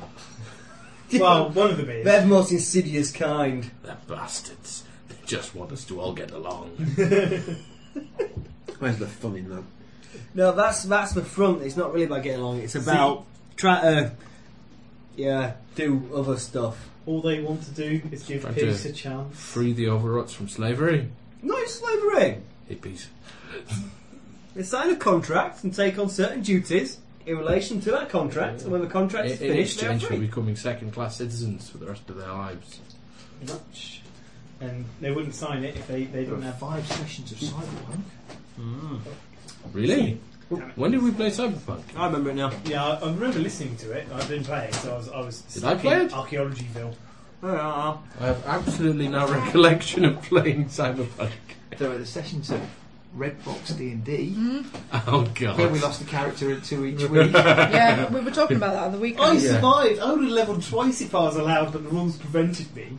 Well, one of them is. They're the most insidious kind. They're bastards. They just want us to all get along. Where's the fun in that? No, that's that's the front. It's not really about getting along. It's about try to, yeah, do other stuff. All they want to do is give Trying peace to- a chance. Free the overwroughts from slavery. Not in slavery. Hippies. They sign a contract and take on certain duties in relation to that contract, and when the contract In, is in finished, they're exchange for free. becoming second class citizens for the rest of their lives. much. And they wouldn't sign it if they, There they didn't are have. five sessions of Cyberpunk. Really? Damn it. When did we play Cyberpunk? I remember it now. Yeah, I, I remember listening to it. I didn't play it, so I was. I was I stuck play in it? Archaeologyville. Uh, I have absolutely no *laughs* recollection of playing Cyberpunk. There are the sessions of Red Box D and D, Oh where we god. lost a character into *laughs* each week. yeah, we were talking about that on the I weekend. Oh, Yeah. survived. I would have leveled twice if I was allowed, but the rules prevented me.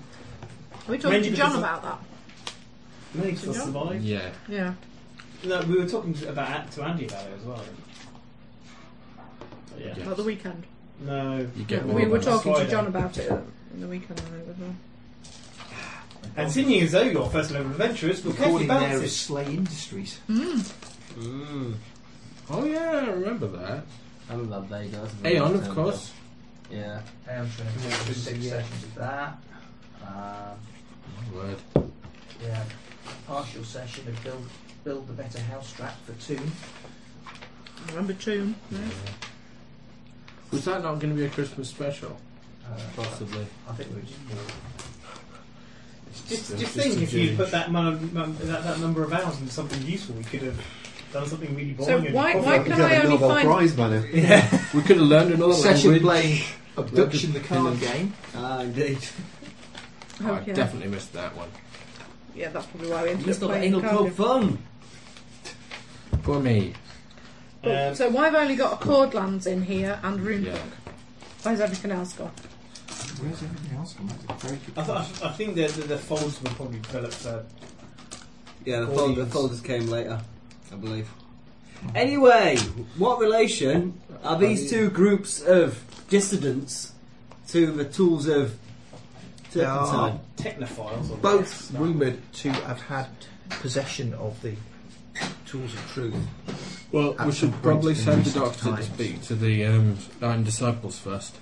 we talked Maybe to John because- about that. Many of us Yeah. survived. Yeah. Yeah. No, we were talking to, about to Andy about it as well. But yeah. Yeah. About the weekend. No. You get we more were than- talking to Friday. John about it in the weekend. I remember. And seeing as though you're first level adventurers, we're carefully Recording there is balanced. Slay Industries. Oh yeah, I remember that. I love that day, guys. Aeon, of course. Yeah. Aeon's been a good six sessions of that. Um, Word. yeah. Partial session of Build, build the Better House track for Toon. I remember Oh, Tune. Was that not going to be a Christmas special? Uh, Possibly. I think we just. Just, Just- just just think, to if you gauge. put that, mon- mon- that, that number of hours into something useful, we could have done something really So boring. and why, why profitable. He's can had I a only Nobel find Prize by *laughs* now. We could have learned another Session language. playing Abduction the Card Game. ah, indeed. Oh, I yeah. definitely missed that one. Yeah, that's probably why we You ended must up have playing anal probe Cardiff. fun. Poor me. Um, So why have I only got Cordlands in here and Rune? Yeah. Where's everything else gone? Where's everything else from? That's a very good I, th- I think the, the, the folds were probably developed for. Yeah, the, All fold, the these. folders came later, I believe. Anyway, what relation Oh. are these two groups of dissidents to the tools of They are turpentine? Technophiles or both rumoured to have had possession of the tools of truth. Well, we At should some probably point send in the recent doctor to times. speak to the um, nine disciples first.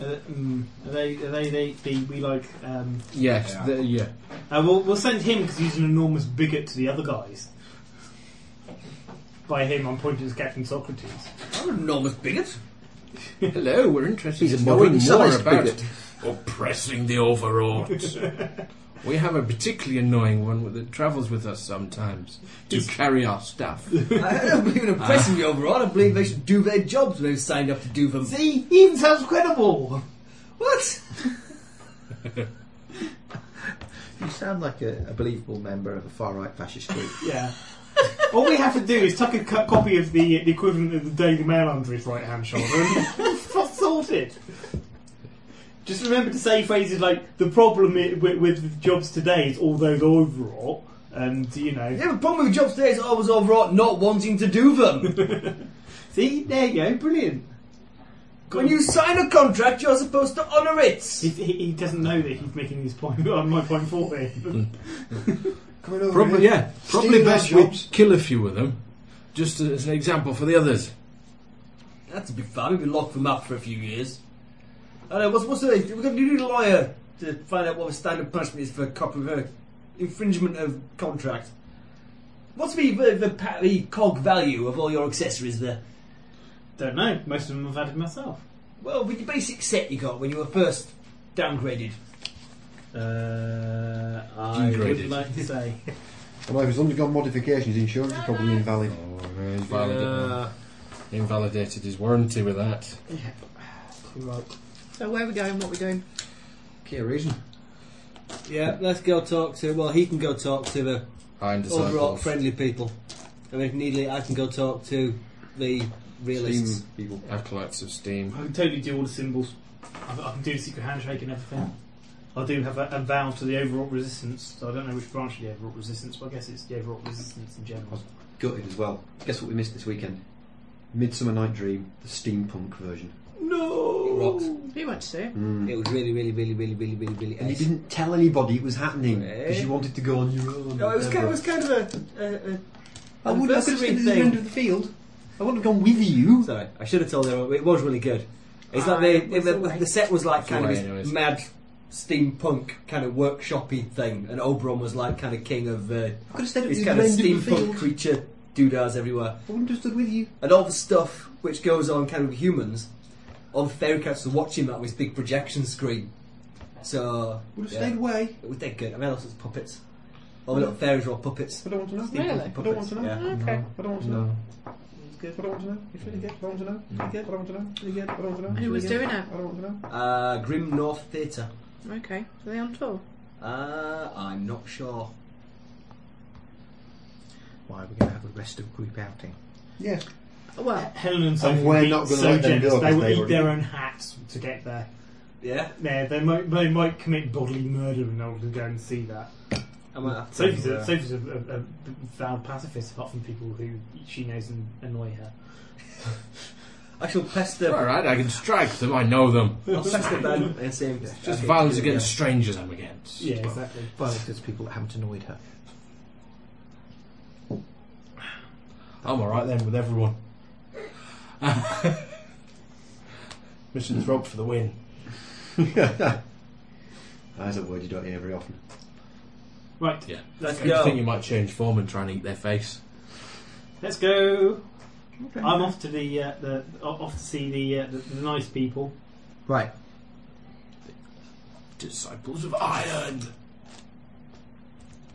Are they, mm, are they, are they, they, they we like. Um, Yes, yeah. The, yeah. uh, we'll, we'll send him because he's an enormous bigot to the other guys. By him, I'm pointing to Captain Socrates. I'm an enormous bigot. Hello, we're interested He's in a knowing more moderate-sized about bigot. oppressing the overwrought. *laughs* we have a particularly annoying one that travels with us sometimes to carry our *laughs* stuff. *laughs* I don't believe in oppressing the overall. I believe they should do their jobs they've signed up to do them. See, he even sounds credible! What? You sound like a, a believable member of a far right fascist group. Yeah. All we have to do is tuck a co- copy of the, the equivalent of the Daily Mail under his right hand shoulder and *laughs* sorted. Just remember to say phrases like the problem i- with, with jobs today is all those overall, and you know. Yeah, the problem with jobs today is always overwrought, not wanting to do them. See, there you go, brilliant. when you sign a contract, you're supposed to honour He, it. he, he doesn't know that he's making his point *laughs* on my point for him. Coming over Probably, here. yeah. Probably Stealing our best we jobs. kill a few of them, just as an example for the others. That's a big fun. We've locked them up for a few years. I know, what's, what's the, we're going to need a lawyer to find out what the standard punishment is for copy, for infringement of contract. What's the, the, the, pa- the cog value of all your accessories there? Don't know. Most of them I've added myself. Well, with your basic set you got when you were first downgraded. Uh, I would Degraded. like to say. And if he's undergone modifications, insurance is probably invalid. Oh, invalidated, invalidated his warranty with that. *laughs* So where are we going? What are we doing? Okay, reason. Yeah, let's go talk to. Well, he can go talk to the Iron overall disciples. friendly people. I mean, if needed, I can go talk to the realists. Steam people. Acolytes of steam. I can totally do all the symbols. I, I can do the secret handshake and everything. I do have a, a vow to the overall resistance, so I don't know which branch of the overall resistance, but I guess it's the overall resistance in general. Gutted as well. Guess what we missed this weekend? Midsummer Night Dream, the steampunk version. No! Rocks. He went to see it. It was really, really, really, really, really, really, really. And you ace. didn't tell anybody it was happening because Eh? you wanted to go on your own. No, it was kind, it whatever. was kind of a. a, a I wouldn't have adversary stayed at the end of the field. I wouldn't have gone with you. Sorry, I should have told everyone. It was really good. It's Ah, like they, it was the, all right. the set was like kind all of right this anyways. mad steampunk kind of workshoppy thing, and Oberon was like kind of king of uh, I could have stayed at his the kind of end of the steampunk field. creature doodads everywhere, I wouldn't have stood with you. and all the stuff which goes on kind of with humans. All the fairy cats are watching that on his big projection screen. So Would have yeah. stayed away. It was dead good. I mean, also it's puppets. All the little fairies are all *laughs* puppets. I don't want to know. Really? I don't want to know. Yeah. Okay. I don't want to know. It's good. I don't want to know. It's really good. I don't want to know. It's really good. I don't want to know. It's really good. I don't want to know. It's Who really was good. doing it? I don't want to know. Uh, Grim North Theatre. Okay. Are they on tour? Uh, I'm not sure. Why are we going to have a rest of group outing? Yeah. Oh, Well, Helen and Sophie we're being not gonna so let them go generous, they 'cause will they eat already- their own hats to get there. Yeah, Yeah, they might they might commit bodily murder in order to go and see that. I might have to. Sophie's, a, uh, Sophie's a, a, a vowed pacifist, apart from people who she knows and annoy her. I shall pester. All right, I can strike them. I know them. I'll pester Ben and say, Just okay, violence here we against strangers. I'm against. Yeah, exactly. Well, it's people that haven't annoyed her. I'm all right then with everyone. Misanthrope for the win. That's a word you don't hear very often. Right, Yeah. let's go. I think you might change form and try and eat their face. Let's go. I'm off to the uh, the o- off to see the, uh, the the nice people. Right. Disciples of Iron.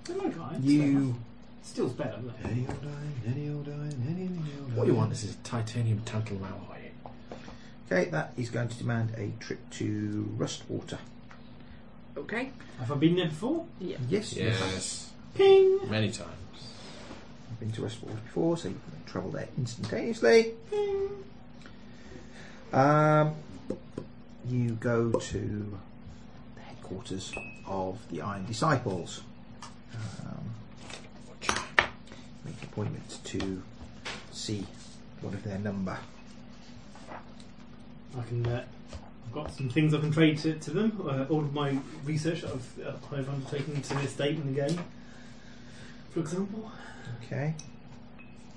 They're like Ryan, You. Still's better, isn't it? Any old iron, any old iron, any old What you want is a titanium tantalum alloy. Okay, that is going to demand a trip to Rustwater. okay. Have I been there before? Yes, Yes, Ping. many times. I've been to Westport before, so you can travel there instantaneously. Um, you go to the headquarters of the Iron Disciples. Um, make an appointment to see one of their number. I can. Uh, I've got some things I can trade to, to them. Uh, all of my research that I've, uh, I've undertaken to this date in the game, for example. Okay.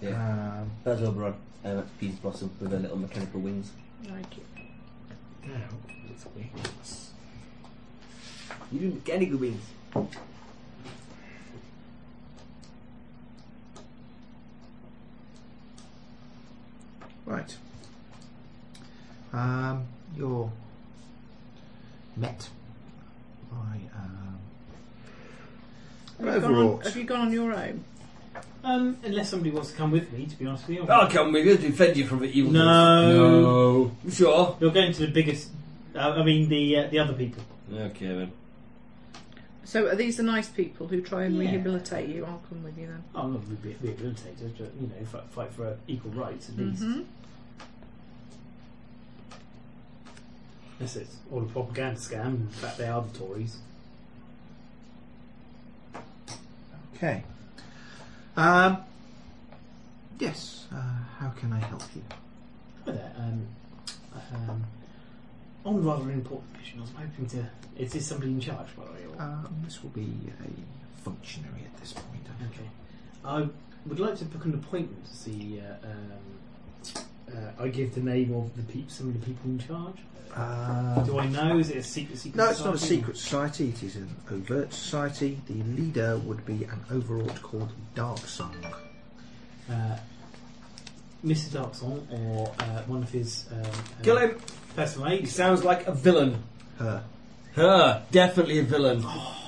Um, go. That's Oberon. Um, that's Peas Blossom with her little mechanical wings. Like it. Now, with wings. You didn't get any good wings. Right. Um, you're met by. Um, Have you, gone on, have you gone on your own? Um, unless somebody wants to come with me, to be honest with you. I'll Oh, come with you to defend you from the evil. no. No. You Sure. You're going to the biggest. Uh, I mean, the uh, the other people. Okay then. So are these the nice people who try and Yeah. rehabilitate you? I'll come with you then. I'm not re- rehabilitated, but you know, fight, fight for uh, equal rights at least. Mm-hmm. hmm Unless it's all a propaganda scam. In fact, they are the Tories. okay. Um, yes. Uh, how can I help you? Hi there. Um, um, on a rather important mission, I was hoping to. Is this somebody in charge, by the way? Or? Um, this will be a functionary at this point. I think. Okay. I would like to book an appointment to see. Uh, um, uh, I give the name of the peep, some of the people in charge. Um, Do I know? Is it a secret? secret no, it's not a society? secret society. It is an overt society. The leader would be an overlord called Dark Song. Uh, Mr. Darkson or uh, one of his um, uh, Kill him. personal He aides. sounds like a villain. Her. Her, definitely a villain.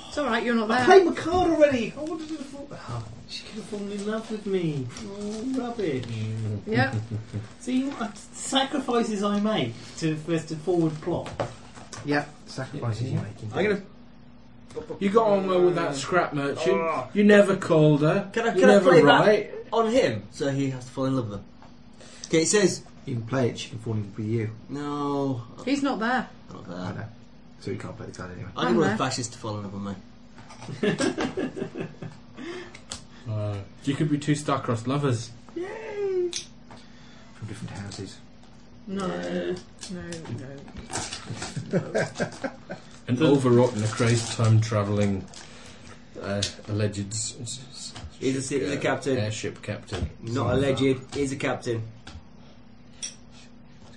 It's all right. You're not there. Play my card already. I wanted to. Fall- oh, she could have fallen in love with me. Oh, rubbish. Yeah. See, what- sacrifices I make to for us to forward plot. Yeah, sacrifices you're making. I'm gonna. You got on well with that scrap merchant. Oh. You never called her. Can I, you can I never play right. that on him so he has to fall in love with her? Okay, it says You can play it, she can fall in with you. no. He's not there. I'm not I there. know. So you can't play the card anyway. I didn't want there. a fascist to fall in love with me. Uh, you could be two star-crossed lovers. From different houses. No. No. No. An overwrought and a crazed time-traveling uh, alleged... s- s- uh, He's a se- he's a captain. Airship captain. Not alleged. He's a captain. He's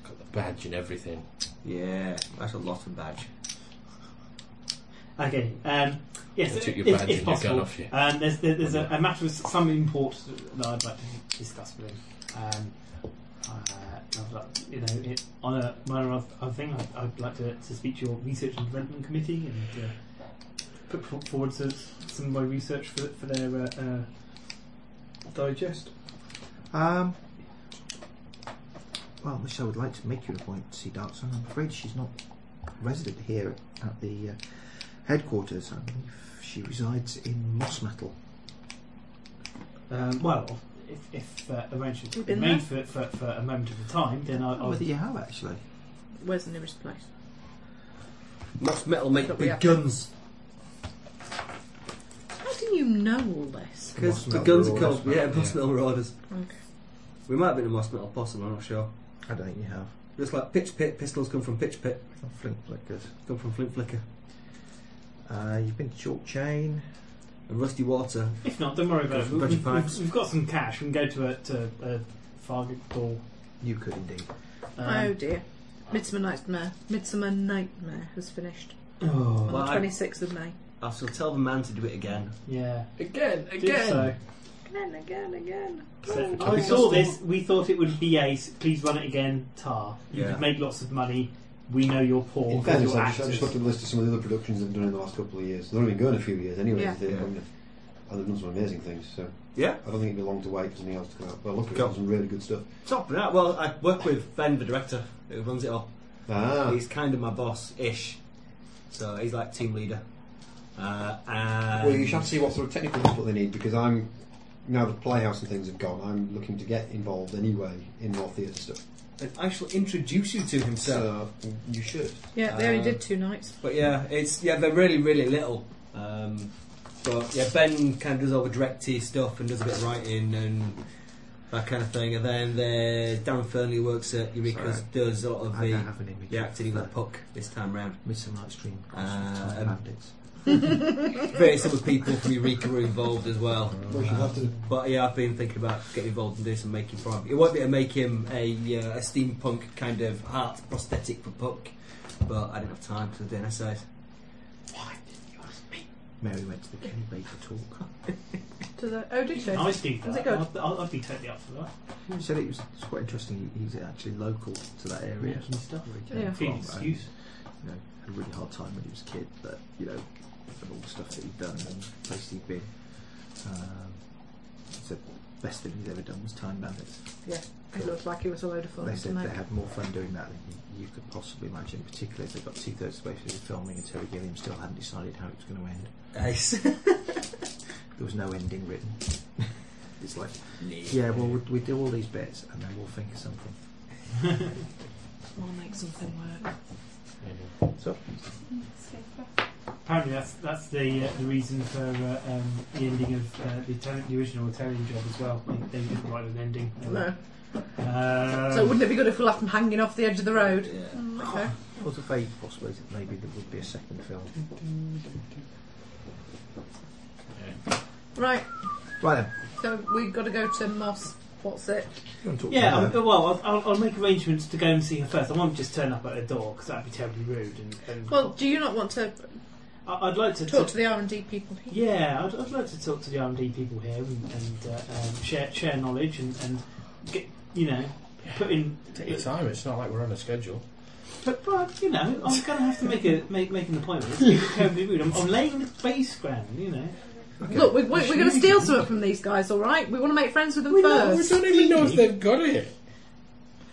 got the badge and everything. Yeah, that's a lot of badge. Okay. Um, yes, I took your if, badge if and your gun possible. off you. Um, there's there- there's a, a matter of some import that I'd like to discuss with him. Um, uh, I'd like, you know, it, on a minor oth- other thing, I'd, I'd like to, to speak to your research and development committee and uh, put for- forward some, some of my research for, for their uh, uh, digest. Um, well, Miss, I would like to make you an appointment to see Darkson. I'm afraid she's not resident here at the uh, headquarters. I believe she resides in Moss Metal. Um, well, if, if uh, arrangements We've have been been made for, for, for a moment of a time, then I, I'll Whether you have actually. Where's the nearest place? Moss metal make But we big have- guns How do you know all this? because Moss the metal guns are were called orders, yeah, yeah. moss metal were orders. Okay. We might have been a moss metal possum. I'm not sure. I don't think you have. Just like pitch pit pistols come from pitch pit, Oh, Flint Flickers. come from flint flicker, Uh, you've been to Chalk Chain. and rusty water. If not, don't worry about it. Go for We've, budget pipes. we've, we've got some cash. We can go to a, to a Fargate door. You could indeed. oh Um, dear. Midsummer Nightmare. Midsummer Nightmare has finished on oh, Well, the I- twenty sixth of May. I shall tell the man to do it again. yeah. Again, Do so. Again, again, again. So I saw this. We thought it would be ace. Please run it again, Tar. You've Yeah. made lots of money. We know you're poor. In because fairness, you're I just, I just actors. looked at the list of some of the other productions they've done in the last couple of years. They've only been going a few years anyway. Yeah. They, And, and they've done some amazing things. So Yeah. I don't think it'd be long to wait for something else to come out. But look, it's Cool. got some really good stuff. Top of that, well, I work with Ben, the director, who runs it all. Ah, He's kind of my boss ish. So he's like team leader. Uh, and well, you shall see what sort of technical input they need because I'm now the playhouse and things have gone. I'm looking to get involved anyway in more theatre stuff. and I shall introduce you to himself. So you should. Yeah, they only Uh, did two nights. But yeah, it's yeah they're really really little. Um, but yeah, Ben kind of does all the directy stuff and does a bit of writing and that kind of thing. And then there's Darren Fernley who works at Eureka's Sorry. does a lot of I don't the have an image. the acting of with Puck this time round. Midsummer Night's Dream. Uh, Constantine um, Bandits. Various other people from Eureka were involved as well. Well, you have to. But yeah, I've been thinking about getting involved and doing some making for him. It won't be to make him a, uh, a steampunk kind of heart prosthetic for Puck, but I didn't have time because I was doing essays. Mary went to the Kenny Baker talk. To the oh, did I would do Was it that. good? I'd, I'd, I'd be totally up for that. He said it was it's quite interesting. He, he's actually local to that area. Making stuff. came Yeah. Feeling from, excuse. you know, had a really hard time when he was a kid, but you know, of all the stuff that he'd done and places he'd been. Um, it's the best thing he's ever done was Time Bandits. Yeah, it looked like it was a load of fun. They said didn't they it? had more fun doing that than you, you could possibly imagine, particularly as they got two thirds of the way through the filming and Terry Gilliam still hadn't decided how it was going to end. Nice. *laughs* There was no ending written. *laughs* it's like, yeah, well, we, we do all these bits and then we'll think of something. We'll make something work. So, Apparently, that's that's the uh, the reason for uh, um, the ending of uh, the, Italian, the original Italian job as well. They, they didn't write an ending. No. Uh, So wouldn't it be good if we left them hanging off the edge of the road? Yeah. Mm, okay. was a vague possibility that maybe there would be a second film. Right. Right then, So we've got to go to Moss. What's it? you want to talk to Yeah, her? but well, I'll, I'll, I'll make arrangements to go and see her first. I won't just turn up at her door because that'd be terribly rude. And, and Well, do you not want to I, I'd like to talk to the R and D people here? Yeah, I'd, I'd like to talk to the RMD people here and, and uh, um, share share knowledge and, and get you know put in. Take your time. It's not like we're on a schedule. But, but you know, I'm going to have to make a make, make an appointment. It's gonna be terribly rude. I'm, I'm laying the base ground. You know, Look, we, we, we're going to steal something from these guys, all right? We want to make friends with them first. don't even know if they've got it.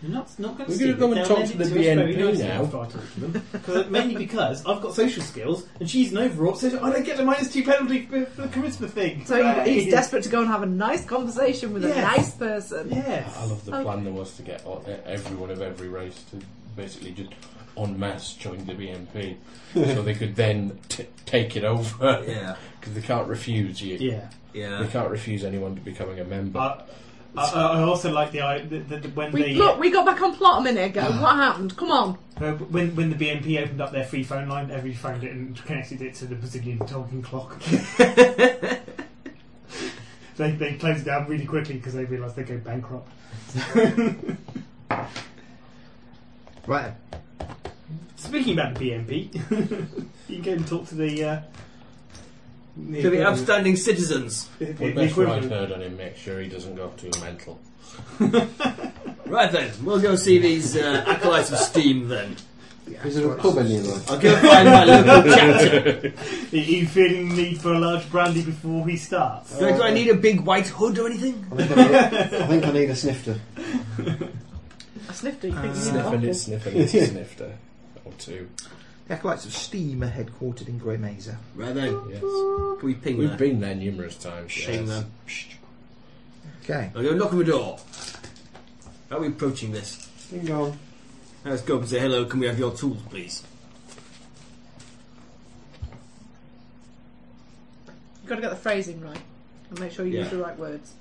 You're not not going We're gonna go and talk to the BNP now. *laughs* Because, mainly because I've got social skills and she's an overwrought, so I don't get the minus two penalty for, for the charisma thing. So he- he's Yay. desperate to go and have a nice conversation with a Yes. nice person. Yes. I love the Okay. plan there was to get all- everyone of every race to basically just en masse join the BNP, so they could then t- take it over. *laughs* Yeah. because they can't refuse you. Yeah. Uh, They Yeah. can't refuse anyone to becoming a member. I, I, I also like the, I- the, the, the when We, the Look, we got back on plot a minute ago. what happened? Come on. uh, when when the BNP opened up their free phone line, everybody phoned it and connected it to the Brazilian talking *laughs* clock. they they closed it down really quickly because they realised they go bankrupt. Right. then. Speaking about the BMP, *laughs* you can go and talk to the. Uh, the To the equivalent- upstanding citizens. the- the- We the best ride equivalent. nerd on him, make sure he doesn't go too *laughs* mental. Right then, we'll go see these uh, acolytes of steam then. Is there a pub anywhere? I'll go find my *laughs* local chapter. Are you feeling the need for a large brandy before he starts? Do I, do I need a big white hood or anything? I think I, I think I need a snifter. I sniffed it. You think you need Sniffing it, an apple? sniffing *laughs* it, snifter. Or two. The Acolytes of Steam are headquartered in Grey Mesa. Right then, Yes. can we ping We've there? been there numerous times. Shame yes. them. Okay. I'll go knock on the door. How are we approaching this? Ding dong. Now Let's go up and say hello. Can we have your tools, please? You've got to get the phrasing right and make sure you Yeah. use the right words.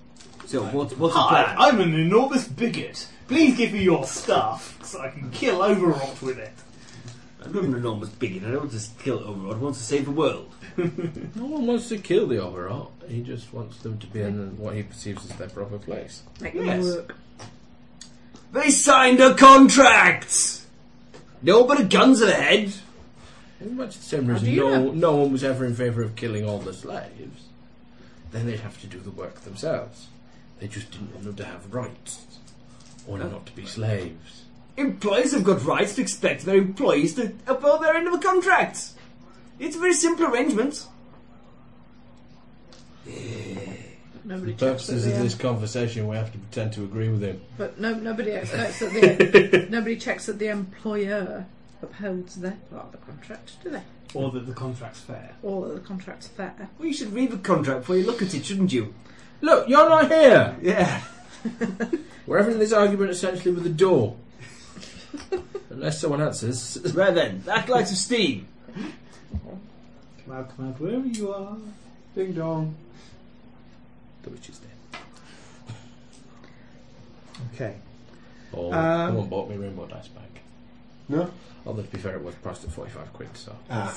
So, what, what's the Hi, plan? I'm an enormous bigot. Please give me your stuff so I can kill Overwrought with it. I'm not an enormous bigot. I don't want to kill Overlord. I want to save the world. No one wants to kill the overall. He just wants them to be in what he perceives as their proper place. Make them Yes. work. They signed a contract! No, but a gun to the head. Pretty much the same do reason you no, know? no one was ever in favour of killing all the slaves. Then they'd have to do the work themselves. They just didn't want them to have rights. Or not to be slaves. Employers have got rights to expect their employees to uphold their end of a contract. It's a very simple arrangement. Nobody For checks that purposes they of are- this conversation, we have to pretend to agree with him. But no, nobody *laughs* expects that the nobody checks that the employer upholds their part of the contract, do they? Or that the contract's fair. Or that the contract's fair. Well, you should read the contract before you look at it, shouldn't you? Look, you're not here! Yeah. We're having this argument essentially with the door. *laughs* Unless someone answers. *laughs* Right then, acolytes of steam. Come out, come out, wherever you are. Ding dong. The witch is dead. Okay. Or Um, someone bought me a rainbow dice bag. No? Although, to be fair, it was priced at 45 quid, so. Ah.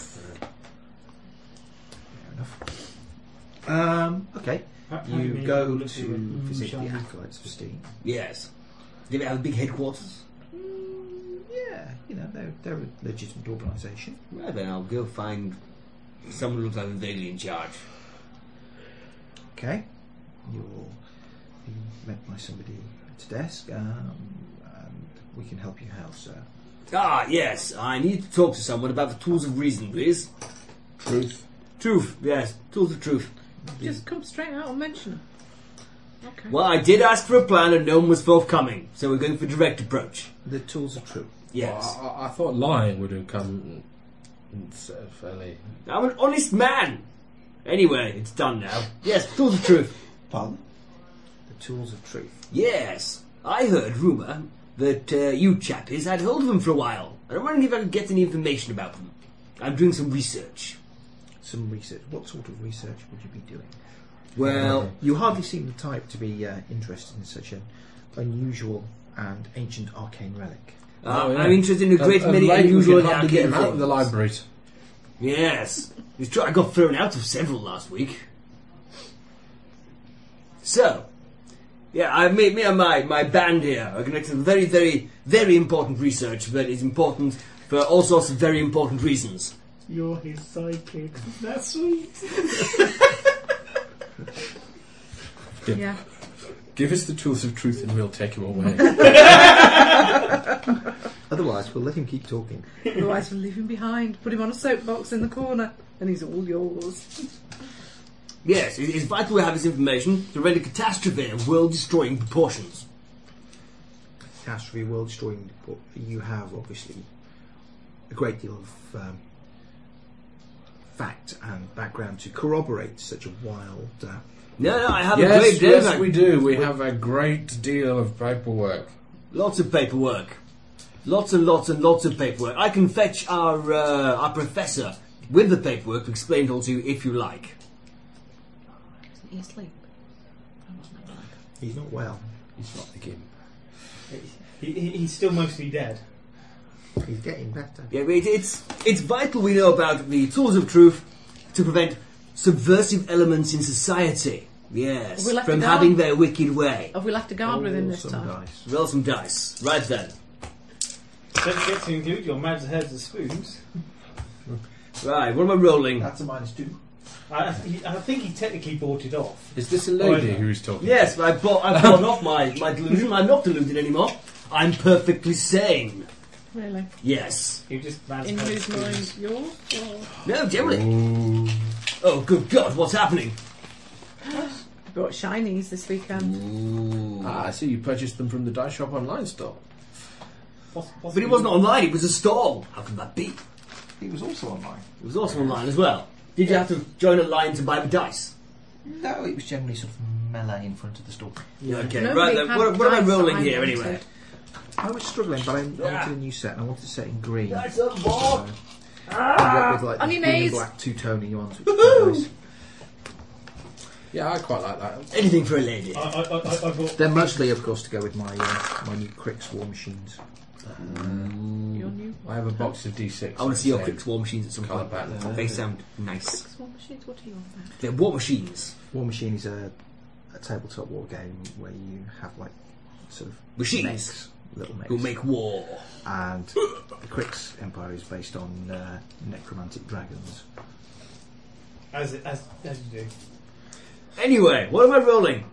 Um, okay. Perhaps I You may go look at the to visit the moonshine. Acolytes of Steam. Yes. Did they have a big headquarters? Yeah, you know, they're, they're a legitimate organisation. Right then, I'll go find someone who looks like I'm vaguely in charge. Okay. You'll be met by somebody at the desk, um, and we can help you how, sir. Ah, yes, I need to talk to someone about the tools of reason, please. Truth. Truth, yes, tools of truth. Just come straight out and mention them. Okay. Well, I did ask for a plan and no one was forthcoming, so we're going for direct approach. The tools are true. Yes. I, I- I thought lying would have come mm, sort of fairly. I'm an honest man! Anyway, it's done now. Yes, tools of truth. Pardon? The tools of truth. Yes, I heard rumour that uh, you chappies had hold of them for a while, and I'm wondering if I could get any information about them. I'm doing some research. Some research. What sort of research would you be doing? Well, You hardly seem the type to be uh, interested in such an unusual and ancient arcane relic. uh, Oh, yeah. I'm interested in a great Of- of many late we unusual can hardly and get him arcane out of the things. libraries. Yes. It's true, I got thrown out of several last week. So, yeah, I made me and my, my band here are conducting some very, very, very important research that is important for all sorts of very important reasons. You're his sidekick. That's sweet. yeah. Give us the tools of truth and we'll take him *laughs* away. Otherwise, we'll let him keep talking. Otherwise, we'll leave him behind. Put him on a soapbox in the corner, and he's all yours. Yes, it is vital we have this information to prevent a catastrophe of world-destroying proportions. catastrophe, world destroying report, you have obviously a great deal of um, fact and background to corroborate such a wild. Uh, No, no, I have a yes, great day. yes, man. we do. We have a great deal of paperwork. Lots of paperwork. Lots and lots and lots of paperwork. I can fetch our uh, our professor with the paperwork to explain it all to you if you like. Isn't he asleep? he's not well. It's not the game. He, he, he's still mostly dead. He's getting better. Yeah, but it, it's it's vital we know about the tools of truth to prevent subversive elements in society. Yes, We left from it down. having their wicked way. Have we left a guard with him this Some time? dice. Roll some dice, right then. Don't forget to include your mouths, heads, and spoons. Right, what am I rolling? That's a minus two. I, he- I think he technically bought it off. Is this a lady Right. who's talking? Yes, I bought, *laughs* I've gone off my, my delusion. I'm not deluded anymore. I'm perfectly sane. Really? Yes. He just mouths, In whose heads, spoons. mind? Yours? Or? No, generally. Oh, good God, what's happening? I brought shinies this weekend. Ah, I see you purchased them from the dice shop online store. Poss- But possibly- it wasn't online, it was a stall. How can that be? It It was also online. was also online as well. Did you have to join a line to buy the dice? No, it was generally sort of melee in front of the store. Yeah, okay, Nobody right then. had What, what am I dice that rolling I here wanted. anyway? I was struggling, but I, I Yeah. wanted a new set, and I wanted a set in green. That's a ball. Ah, with like the onion green and maze. black two-tone in your arms, which was nice. Yeah, I quite like that. Anything for a lady. I, I, I, I bought. They're mostly, of course, to go with my uh, my new Crix War machines. Mm. Your new I have a box of D6. I want to see your Same. quick war machines at some Colour point. pattern. They sound nice. X1 machines? What are you on about? They're war machines. War Machine is a, a tabletop war game where you have like sort of Machines. mechs, little mechs, Who make war. and the Crix Empire is based on uh, necromantic dragons. As, it- as, as you *laughs* do. Anyway, what am I rolling?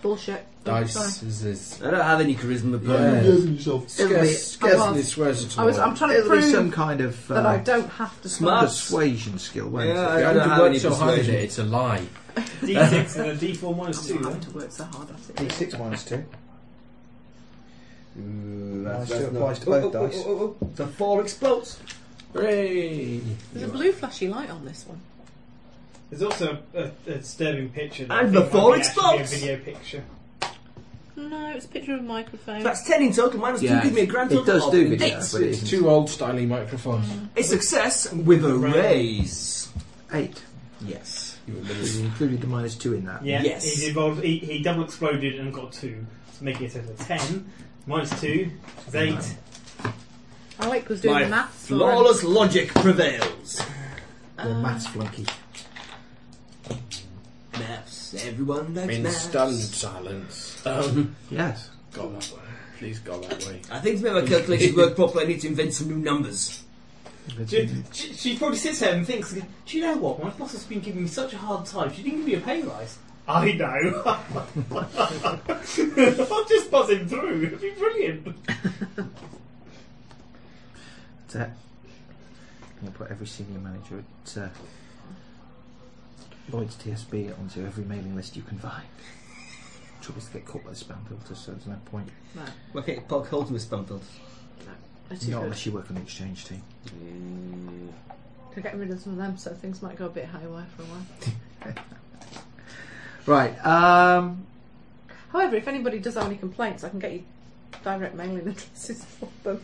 Bullshit. Dice is. is I don't have any charisma, but It'll be- scarce, scarcely swears at all. I was, I'm trying to It'll be prove some kind of that I uh, don't have to Smart. persuasion skill, won't Yeah, it? I I don't don't have any work so hard at persuasion. it, it's a lie. D6 and a D4 minus 2. I'm Huh? having to work so hard at it. D6 minus 2. Ooh, Minus two applies to both dice. oh, oh. The four explodes. Hooray! There's a blue flashy light on this one. There's also a, a disturbing picture. that And I the think might four be actually explodes. a video picture. No, it's a picture of a microphone. That's ten in total, minus Yeah, two, give me a grand total it does of do video, eight. but it isn't. Two old styling microphones. A success with a raise. Eight. Yes. You included the minus two in that. Yeah, Yes. he's involved. He, he double exploded and got two, so making it a total of ten. Minus two is *laughs* eight. Alec was doing My the maths. for him. flawless logic prevails. The maths flunky. Maps. Everyone likes In maps. stunned silence. Um, Yes. go that way. Please go that way. I think to make my calculations work properly, I need to invent some new numbers. She, she, she probably sits there and thinks, "Do you know what? My boss has been giving me such a hard time. She didn't give me a pay rise." I know. *laughs* I'll just buzz him through. It'd be brilliant. Um, That's it. I'm going to put every senior manager at uh, Lloyd's TSB onto every mailing list you can find. Trouble is to get caught by the spam filter, so there's no point. Okay, Park Holton is Spumfield. That's Not good. unless you work on the exchange team. They're getting rid of some of them, so things might go a bit haywire for a while. Right. Um, However, if anybody does have any complaints, I can get you direct mailing *laughs* addresses for them,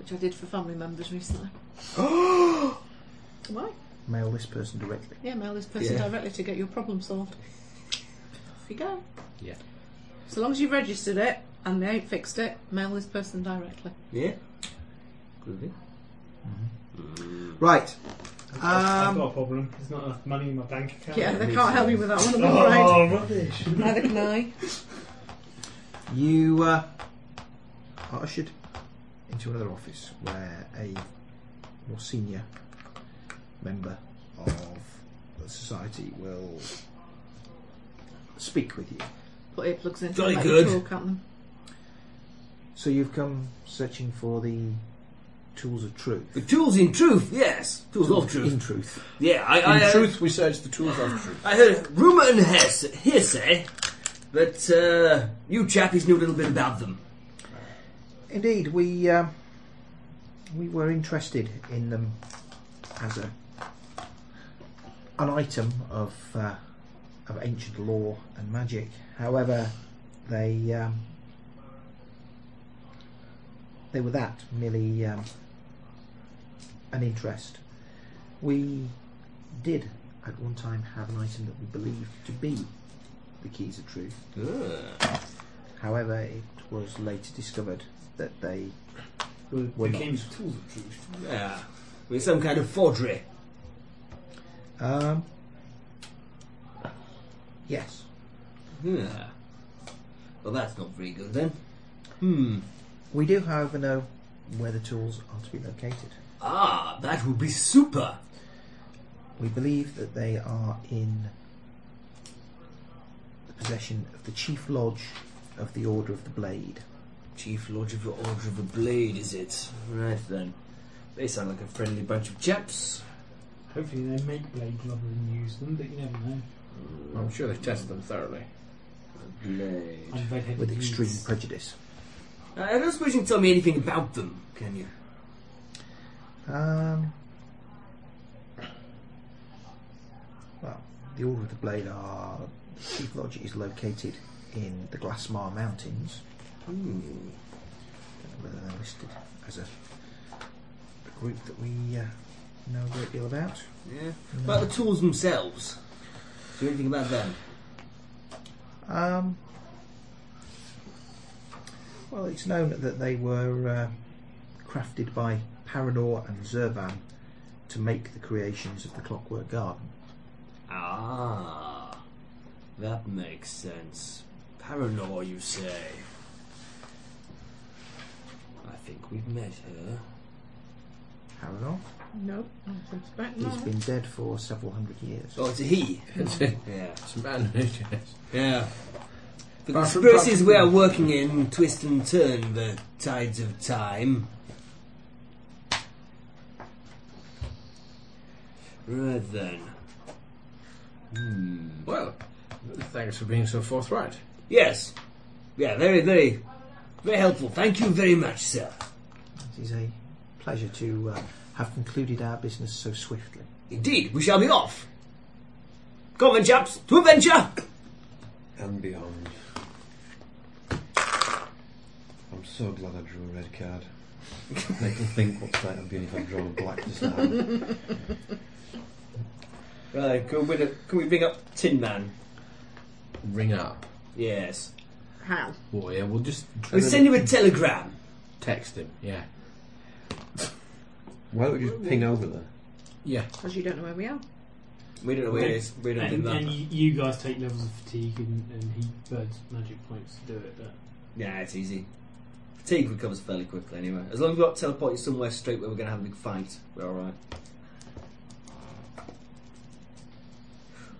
which I did for family members recently. Why? mail this person directly. Yeah, mail this person Yeah. directly to get your problem solved. Off you go. Yeah. So long as you've registered it and they ain't fixed it, mail this person directly. Yeah. Groovy. Right. I've Um, got a problem. There's not enough money in my bank account. Yeah, they can't help you with that one, I'm *laughs* afraid. *laughs* Oh, rubbish. Neither can I. you uh, are ushered into another office where a more senior member of the society will speak with you. Put earplugs in. Jolly let good. You talk at them. So you've come searching for the tools of truth. The tools in truth, yes. Tools of In truth. truth. Yeah, I. uh, In I, I truth, we search the tools of truth. I heard rumour and hears- hearsay that uh, you chappies knew a little bit about them. Indeed, we um, we were interested in them as a an item of uh, of ancient lore and magic. However, they um, they were that merely um, an interest. We did at one time have an item that we believed to be the keys of truth. Ah. However, it was later discovered that they were Became not. the tools of truth. Yeah. With some kind of forgery. Um, yes. Yeah. Well, that's not very good then. Hmm. We do, however, know where the tools are to be located. Ah, that would be super. We believe that they are in the possession of the Chief Lodge of the Order of the Blade. Chief Lodge of the Order of the Blade, is it? Right then. They sound like a friendly bunch of chaps. Hopefully they make blade rather than use them, but you never know. I'm sure they test them thoroughly. Blade. I'm redheaded With extreme youths. prejudice. I don't suppose you can tell me anything about them, can you? Um, well, the Order of the Blade are. The Chief Lodge is located in the Glasmar Mountains. Don't know whether they're listed as a, a group that we uh, know a great deal about. Yeah. About the tools themselves. Do you know anything about them? Um, well, it's known that they were uh, crafted by Paranor and Zervan to make the creations of the Clockwork Garden. Ah, that makes sense. Paranor, you say? I think we've met her. Paranor? Nope, I think it's back He's now. been dead for several hundred years. Oh, it's a he. *laughs* it's Yeah. man Yeah. The Apart from conspiracies we are practical- working in twist and turn the tides of time. Right then. Hmm. Well, thanks for being so forthright. Yes. Yeah, very, very, very helpful. Thank you very much, sir. It is a pleasure to uh, have concluded our business so swiftly. Indeed, we shall be off. Come then, chaps, to adventure! and beyond. I'm so glad I drew a red card. *laughs* Make them think what's that would be if I'd drawn a black to start. Right, can we, can we bring up Tin Man? Ring up. Yes. How? Oh yeah, we'll just We send him a telegram. text him. Yeah, Why don't we just ping over there? yeah. Because you don't know where we are. We don't know where it is. We don't And, know and that. you, you guys take levels of fatigue and, and he burns magic points to do it. But Nah, it's easy. Fatigue recovers fairly quickly anyway. As long as we're not teleported somewhere straight where we're going to have a big fight, we're alright.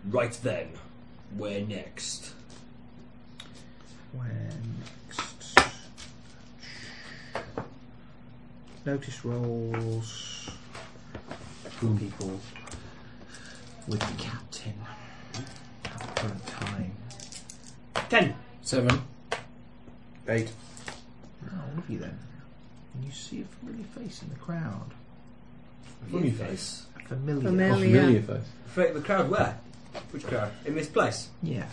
Right then, where next? Where next? Notice rolls for people with the captain at the current time. ten. Seven. Eight. Now, all of you then, and you see a familiar face in the crowd. Funny face. A familiar, Familiar. face. Afraid of the crowd where? Which crowd? In this place. Yeah.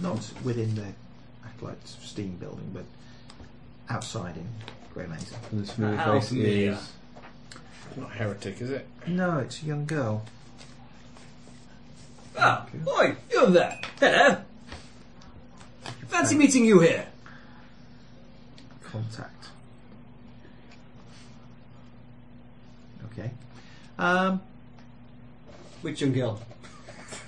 Not within the Acolytes Steam building, but outside in Grey Mesa. And this familiar How face familiar. is Not heretic, is it? No, it's a young girl. Ah, boy, you're there. Hello. Fancy meeting you here. contact. Okay. Um, Which young girl?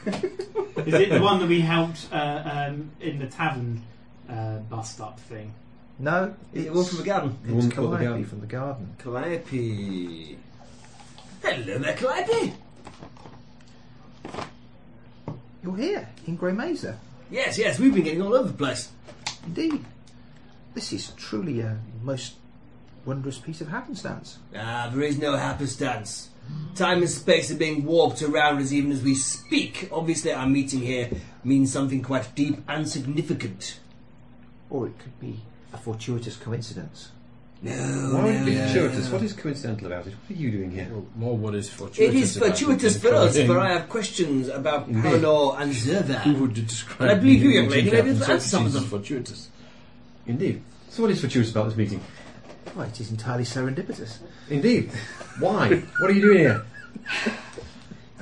Is it the one that we helped uh, um, in the tavern uh, bust up thing? no, Is it's it one from the garden? it's One called the Calliope garden. from the garden. Calliope. Hello there, Calliope. You're here in Grey Mesa, Yes, yes, we've been getting all over the place. indeed. This is truly a most wondrous piece of happenstance. Ah, there is no happenstance. Time and space are being warped around us even as we speak. Obviously, our meeting here means something quite deep and significant. Or it could be a fortuitous coincidence. No, Why would no, it be no, fortuitous? no. What is coincidental about it? What are you doing here? Well, more what is It fortuitous. is about fortuitous it for than us, anything for I have questions about Paranor and Who Zervan. would describe? I believe you, the young lady, Captain maybe that's Socrates some of them. as Fortuitous. Indeed. So what is fortuitous about this meeting? Well, it is entirely serendipitous. Indeed. Why? what are you doing here?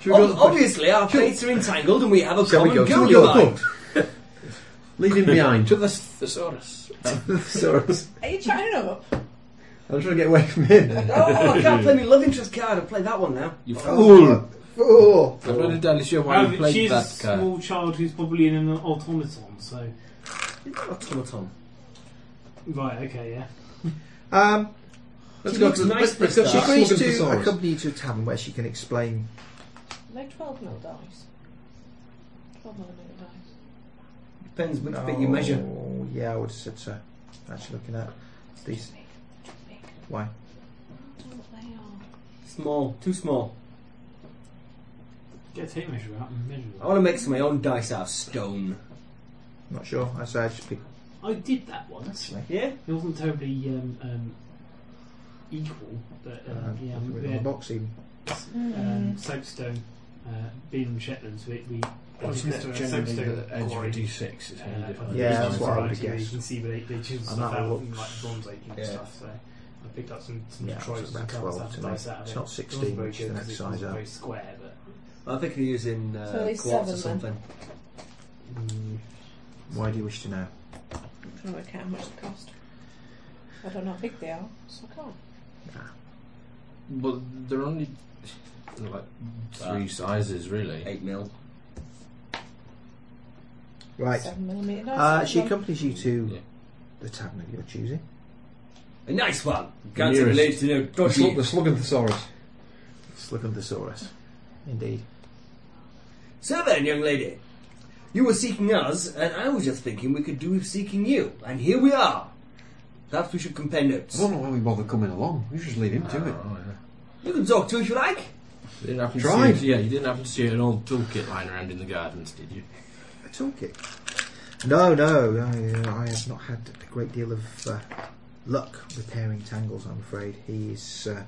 Should we Ob- go- obviously, our fates are entangled and we have a Shall we common go? Shall goal we go? in mind. Come. Leave him behind. To the thesaurus. Thesaurus. Are you chatting up? I'm trying to get away from *laughs* him. Oh, I *laughs* can't play my love interest card. I'll play that one now. You Fool! Fool! I'm not entirely sure why you oh, played she's a that uh, card. small child who's probably in an automaton. So Automaton. right, okay, yeah. Um, Let's She go looks to the, nice let's, let's this go to time. She the Smorgon agrees to Thesaurus. accompany you to a tavern where she can explain. They're 12 mil dice. 12 millimeter dice. Depends which bit you measure. Oh, Yeah, I would have said so. Actually, looking at these. Why? Small, too small. Get a tape measure out and measure I them. want to make some of my own dice out of stone. Not sure. I say I just pick. I did that once. Actually, Yeah? It wasn't terribly um, um, equal, but uh, um, yeah, put it we in the had box even. Hmm. um, soapstone, uh, being in Shetlands, we, we pointed to a generally soapstone the edge of a quarry. d6 is how you Uh, define Yeah, it. that's what I would have guess. You can see they, they choose And that stuff out looks- from like the bronze age and yeah. stuff. So I picked up some some Yeah, Detroit it's about and cast 12 that to me. dice out of It's it. not It wasn't 16, very which is good the 'cause next it wasn't size up. Very square, but I think you're using uh, So at least quartz or seven, something. mm, Why do you wish to know? I'm trying to work out how much they cost. I don't know how big they are, so I can't. But they're only like three sizes, really. Eight mil. Right. 7 millimeter dice. Uh, aren't she they? accompanies you to Yeah. the tavern of your choosing. A nice one. Can't Nearest. relate to no The, dodgy. slug, the Sluggan Thesaurus. Sluganthosaurus. Indeed. So then, young lady, you were seeking us, and I was just thinking we could do with seeking you, and here we are. Perhaps we should compare I notes. don't know why we bother coming along. We should just leave him to it. Oh, yeah. You can talk to if you like. You didn't happen Drive. To see, yeah, you didn't happen to see an old toolkit lying around in the gardens, did you? A toolkit. No, no. I, uh, I have not had a great deal of uh, luck repairing Tangles, I'm afraid. He is uh,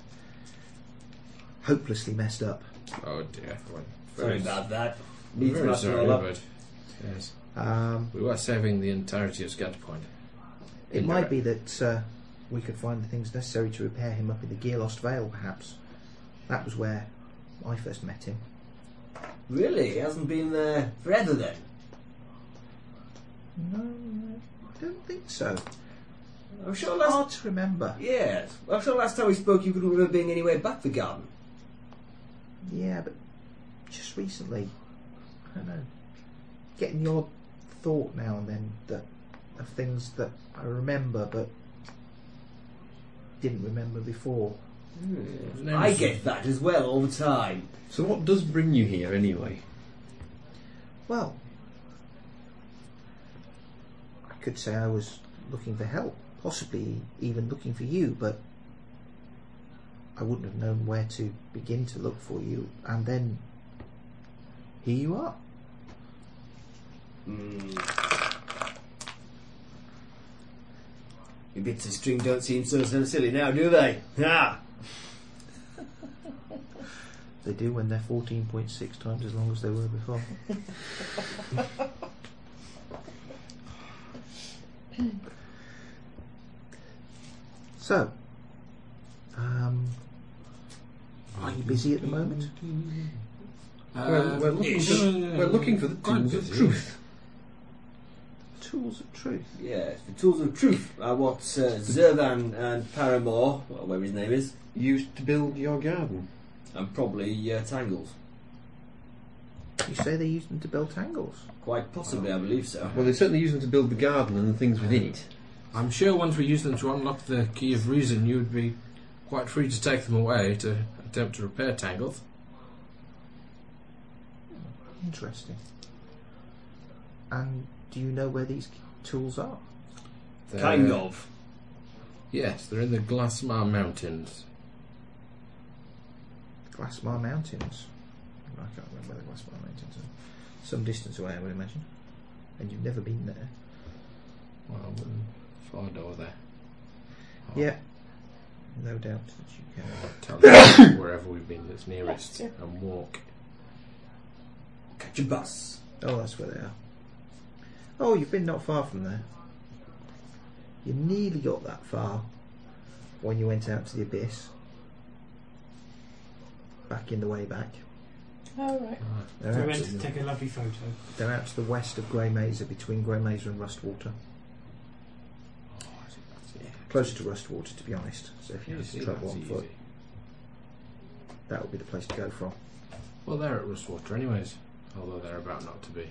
hopelessly messed up. Oh dear. Well, Sorry very- about that. very Needs must sorry, roll up. but yes, Um, we were saving the entirety of Scatterpoint. it might be that uh, we could find the things necessary to repair him up in the Gearlost Vale, perhaps. That was where I first met him. Really? He hasn't been there forever then. No, I don't think so. I'm sure last. Oh. Hard to remember. Yes. I'm sure last time we spoke, you couldn't remember being anywhere but the garden. Yeah, but just recently, I don't know, getting the odd thought now and then that of things that I remember but didn't remember before. I get that as well all the time. So what does bring you here anyway? Well, I could say I was looking for help, possibly even looking for you, but I wouldn't have known where to begin to look for you, and then here you are. Your bits of string don't seem so, so silly now, do they? Ah, They do when they're 14.6 times as long as they were before. *laughs* so, um, are you busy at the moment? we're, we're, looking ish. for, we're looking for the Quite tools of busy. truth. Tools of truth. yes, the tools of truth are what uh, Zervan and Paramore, well, whatever his name is, Used to build your garden. and probably uh, Tangles. You say they use them to build tangles. Quite possibly, I believe so. Well, they certainly use them to build the garden and the things within it. I'm sure once we use them to unlock the key of reason, you would be quite free to take them away to attempt to repair Tangled. Interesting. And do you know where these tools are? They're- *laughs* Kind of. Yes, they're in the Glassmar Mountains. Glassmar Mountains. I can't remember where the Glassmar Mountains are. Some distance away, I would imagine. And you've never been there. Well, I wouldn't find over there. Yeah. No doubt that you can. Tell them *coughs* wherever we've been that's nearest Yeah. and walk. Catch a bus. Oh, that's where they are. Oh, you've been not far from there. You nearly got that far when you went out to the abyss. Back in the way back. Oh, right. They're we out, went to, to take a lovely photo. they're out to the west of Grey Mesa, between Grey Mesa and Rustwater. Closer to Rustwater, to be honest. So if you Yeah, just see, travel that's on easy. foot, that would be the place to go from. Well, they're at Rustwater, anyways. Although they're about not to be.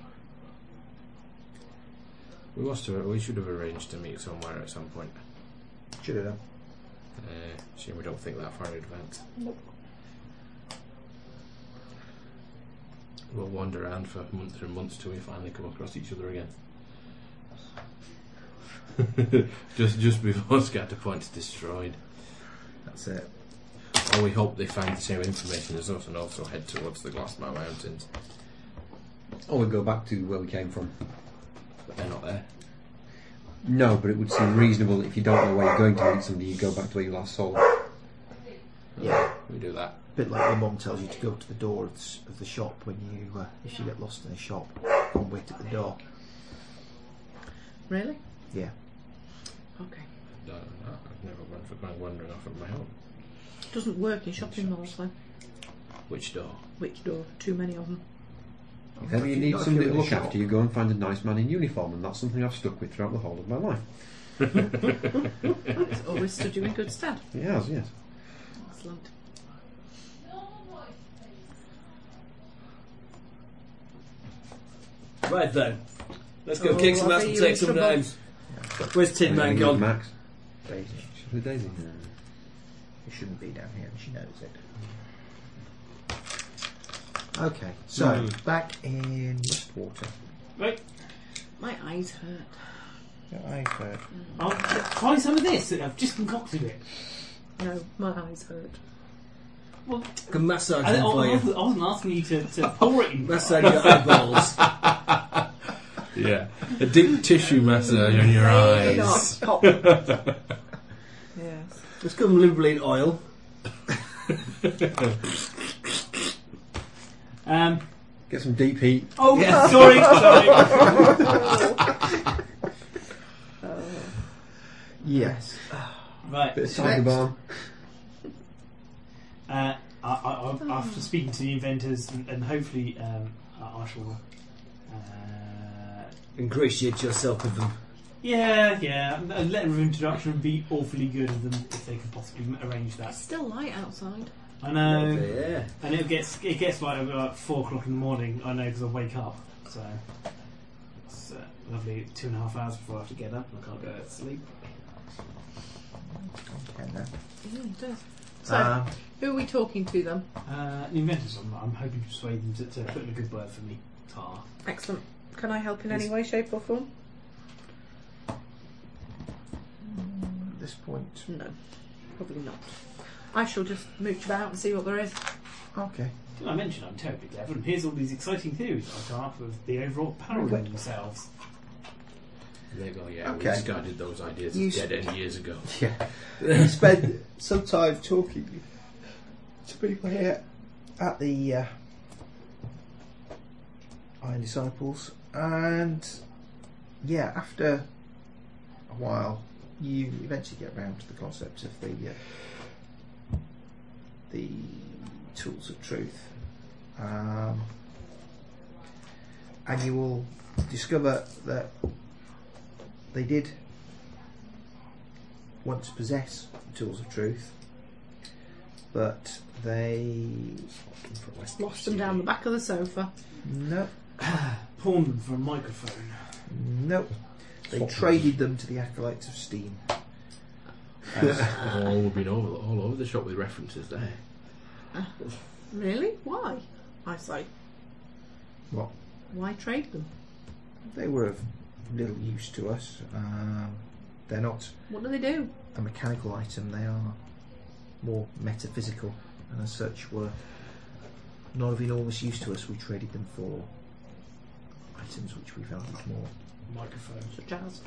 We must have. We should have arranged to meet somewhere at some point. Should have done. Uh, assume we don't think that far in advance. Nope. We'll wander around for months and months till we finally come across each other again. *laughs* just just before *laughs* Scatterpoint's destroyed. That's it. Or we hope they find the same information as us and also head towards the Glassmar Mountains. Or we go back to where we came from. But they're not there. No, but it would seem reasonable that if you don't know where you're going to meet somebody, you go back to where you last saw them. Yeah, We do that. a bit like your mum tells you to go to the door of the, s- of the shop when you, uh, if you get lost in a shop, go and wait at the door. Really? Yeah. Okay. No, no, I've never gone for going wandering off on my own. Doesn't work in shopping malls though. Which door? Which door? Too many of them. If ever you Not need if somebody you're to in a look shop. after, you go and find a nice man in uniform, and that's something I've stuck with throughout the whole of my life. It's always stood you in good stead. It has, yes. Excellent. Right then, let's go Oh, kick some I ass think and you're take in some trouble. names. Where's Tin Man Maybe gone? Max. Daisy. She's with Daisy. It shouldn't be down here, and she knows it. Okay, so Hmm. back in Westwater. Right, My eyes hurt. I've heard. I'll try some of this. I've just concocted it. No, my eyes hurt. Well, Can massage I, I, them for you. wasn't- I wasn't asking you to, to pour *laughs* it in. Massage your eyeballs. Yeah. A deep tissue massage on your *laughs* eyes. Not. yes. Let's come liberally in oil. Um, Get some deep heat. oh, sorry, sorry. *laughs* Yes. Right, Bit of tiger balm. Uh, I, I, I, after speaking to the inventors, and, and hopefully um, I, I shall. Uh, Ingratiate yourself with them. yeah, yeah. A letter of introduction would be awfully good of them if they could possibly m- arrange It's that. still light outside. I know, Yeah. and it gets it gets like about four o'clock in the morning. I know because I wake up. So it's uh, lovely two and a half hours before I have to get up, and I can't go to sleep. And then, Mm, it does. So, um, who are we talking to then? Uh, the inventors, I'm, I'm hoping to persuade them to, to put in a good word for me. Tar. Excellent. Can I help in any way, shape, or form? at this point, No, probably not. I shall just mooch about and see what there is. okay. Did I mention I'm terribly clever? And here's all these exciting theories I've come up with the overall parable Very good. themselves. There you go, yeah. We Okay. discarded those ideas You as dead end years ago. Yeah. we spent some time talking to people here at the uh, Iron Disciples, and yeah, after a while, you eventually get round to the concept of the uh, the tools of truth, um, and you will discover that they did once possess the tools of truth, but they Lost them down the back of the sofa. no Pawn them for a microphone. no they Swap traded them to the acolytes of steam. As- All we've been all, all over the shop with references there. Really? Why? I say. What? Why trade them? they were of little use to us. Um, they're not What do they do? a mechanical item; they are more metaphysical, and as such were not of enormous use to us. We traded them for items which we valued more. *laughs* Microphone. Such as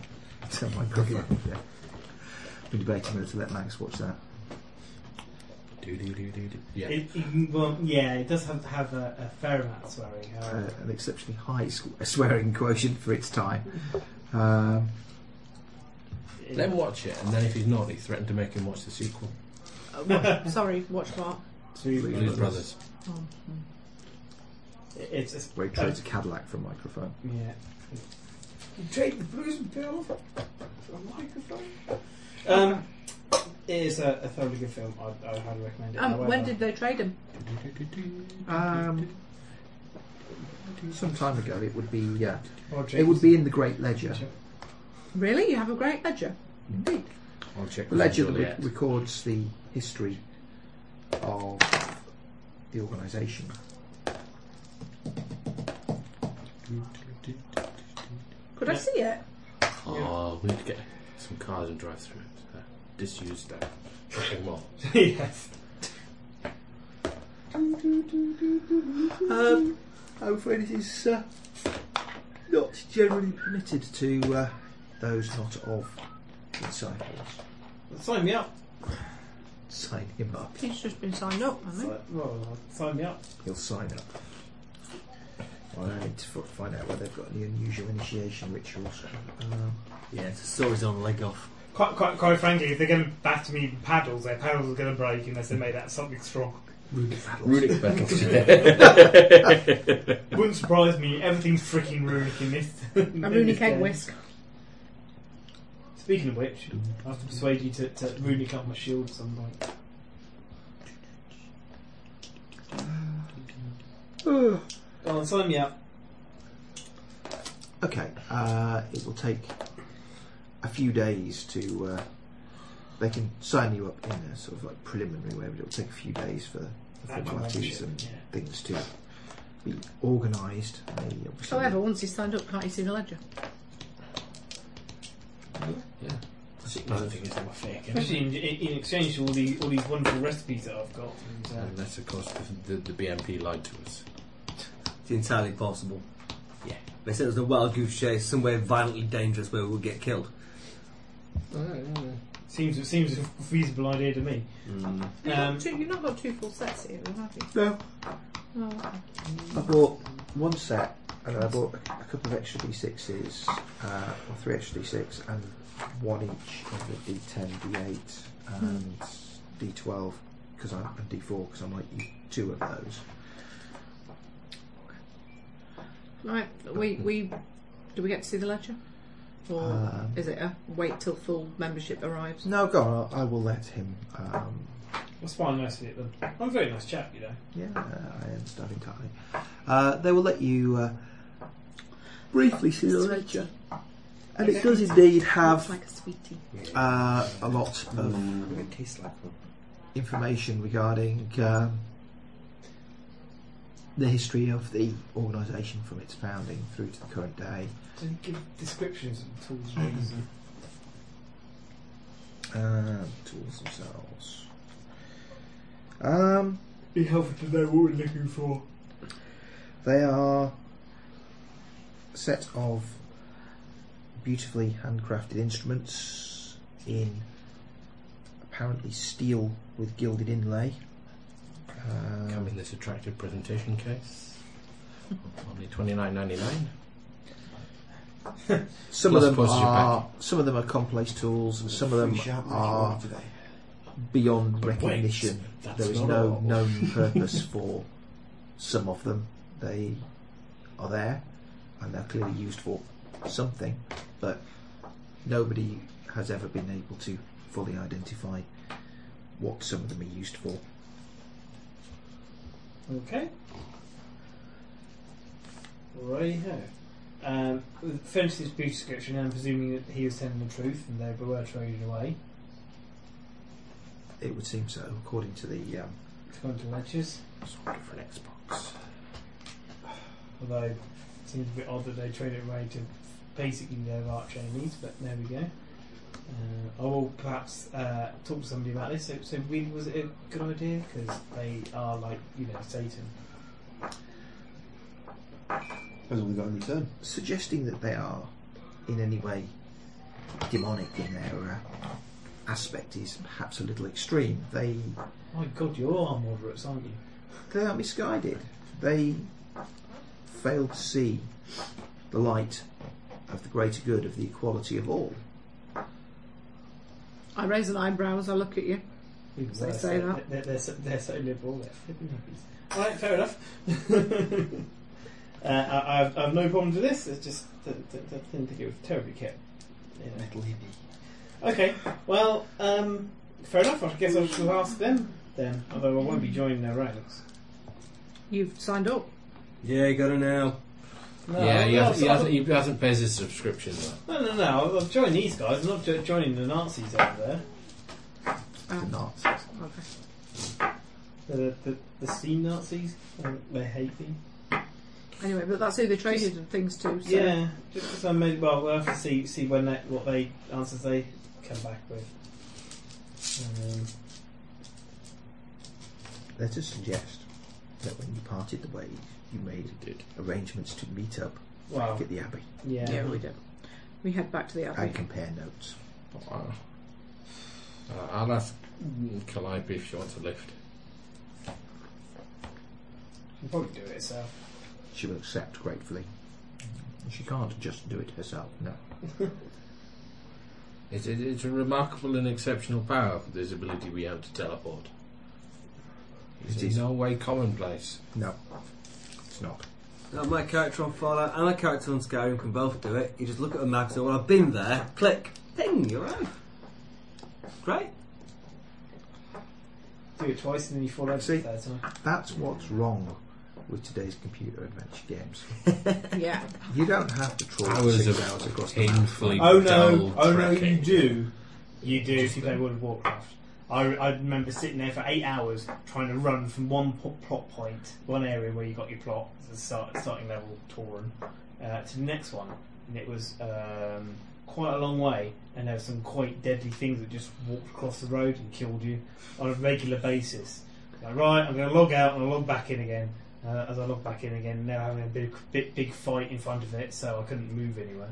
Tell my brother. yeah. Been debating whether to let Max watch that. Do, do, do, do, do. Yeah. It, it- well, yeah, it does have, have a, a fair amount of swearing. uh, however. an exceptionally high squ- swearing quotient for its time. Um, It- Let him watch it, and then if he's not, he threatened to make him watch the sequel. uh, what, *laughs* sorry, watch what? Blues Blues Brothers. it- it's, it's um, where he trades a Cadillac for a microphone. yeah. Take the blues and bill for a microphone. Um, it is a, a thoroughly good film. I, I would highly recommend it. Um, However, when did they trade them? Um, some time ago, it would be yeah, or it would be in the Great Ledger. Really? You have a great ledger. I'll check. The ledger that visually re- it. records the history of the organisation. Could I see it? Oh, we need to get some cars and drive through it. Uh, disused uh, shopping mall. *laughs* yes. Um, I'm afraid it is uh, not generally permitted to uh, those not of disciples. Sign me up. Sign him up. He's just been signed up, hasn't Sign- Well, sign me up. He'll sign up. I need to f- find out whether they've got any unusual initiation rituals. Um, Yeah, it's a story's on leg off. Quite, quite, quite frankly, if they're going to batter me with paddles, their paddles are going to break unless they made out of something strong. runic battles. Runic battles. Wouldn't surprise me. Everything's freaking runic in this. *laughs* in he? A this runic egg game. whisk. Speaking of which, I have to persuade you to, to runic up my shield at some point. Ugh. Go on, sign me up. Okay, uh, it will take a few days to. Uh, they can sign you up in a sort of like preliminary way, but it will take a few days for the formalities and Yeah. things to be organised. They obviously- However, once he's signed up, can't you see the ledger? Another thing is they were fake. innit? Especially in, in, in exchange for all, the, all these wonderful recipes that I've got. And, uh, Unless, of course, the, the, the BMP lied to us. It's entirely possible. Yeah. They said it was a wild goose chase somewhere violently dangerous where we'll get killed. seems seems a feasible idea to me. You've, Um, not two, you've not got two full sets here, have you? no, Oh, okay. I bought one set and then I bought a a couple of extra d6s, uh, or three extra d6, and one each of the d10, d8, and d12, because I and d4 because I might use two of those. Right, we, we, do we get to see the ledger? Or Um, is it a wait till full membership arrives? No, go on. I I will let him. Um, That's quite nice of it, then. I'm a very nice chap, you know. yeah, I understand entirely. Uh, they will let you uh, briefly see the ledger, and it does indeed It's have like a sweetie. uh, a lot of Mm, It tastes like one. information regarding um, the history of the organisation from its founding through to the current day. Does it give descriptions of the tools and things? Um, tools themselves. Um, Be helpful to know what we're looking for. They are a set of beautifully handcrafted instruments in apparently steel with gilded inlay. Um, Come in this attractive presentation case. *laughs* Only twenty nine ninety nine. some Plus of them plus your are some of them are complex tools, and some of them are beyond But wait, recognition. that's There is not no all. *laughs* known purpose for some of them. They are there, and they're clearly used for something, but nobody has ever been able to fully identify what some of them are used for. Okay. Righty-ho. Um, finish this brief description, and presuming that he was telling the truth and they were traded away, It would seem so, according to the. Um, it's gone to ledgers. Sorry for an Xbox. Although it seems a bit odd that they traded away to basically their arch enemies, but there we go. Uh, I will perhaps uh, talk to somebody about this. So, so really, was it a good idea? Because they are like, you know, Satan. That's all we got in return. suggesting that they are in any way demonic in their uh, aspect is perhaps a little extreme. They My God, you are moderates, aren't you? they are misguided. They fail to see the light of the greater good of the equality of all. I raise an eyebrow as I look at you. People They say that. They're, they're, so, they're so liberal. They're flipping hippies. All right, fair enough. *laughs* uh, I, I, have, I have no problem with this. It's just that that- that I didn't think it was terribly kept. You know. Metal hippie. Okay, well, um, fair enough. I guess I shall ask them then. Although I won't be joining their ranks. You've signed up. Yeah, you got it now. No, yeah, he, no, hasn't, he, so- hasn't, he hasn't paid his subscription though. No, no, no. I've joined these guys. I'm not jo- joining the Nazis over there. Um, Nazis. okay. The, the, the steam Nazis. Um, they hate me. Anyway, but that's who they traded and things to. So. Yeah, just 'cause I made. Well, we'll have to see see when they, what they answers they come back with. Um, Let us suggest that when you parted the ways, you made arrangements to meet up well, back at the Abbey yeah. Yeah, we did. We head back to the and abbey. compare notes. Uh, I'll ask Calliope if she wants a lift. She'll probably do it herself. She will accept gratefully. She can't just do it herself, no. It's, it, it's a remarkable and exceptional power, this ability we have to teleport. It's It in is. no way commonplace. No. It's not. Now, my character on Fallout and my character on Skyrim can both do it. You just look at a map, say, well, I've been there, click, ping, you're out. Great. Do it twice and then you fall over See? the third time. That's what's wrong with today's computer adventure games. Yeah. You don't have to trawl Hours six of hours across the map. painfully Oh no! dull Oh no! You trekking. do. You do if you play World of Warcraft. I, I remember sitting there for eight hours trying to run from one po- plot point, one area where you got your plot, the start, starting level torn, uh, to the next one, and it was um, quite a long way. And there were some quite deadly things that just walked across the road and killed you on a regular basis. Like, right, I'm going to log out and I'll log back in again. Uh, as I log back in again, now having a big, big, big fight in front of it, so I couldn't move anywhere.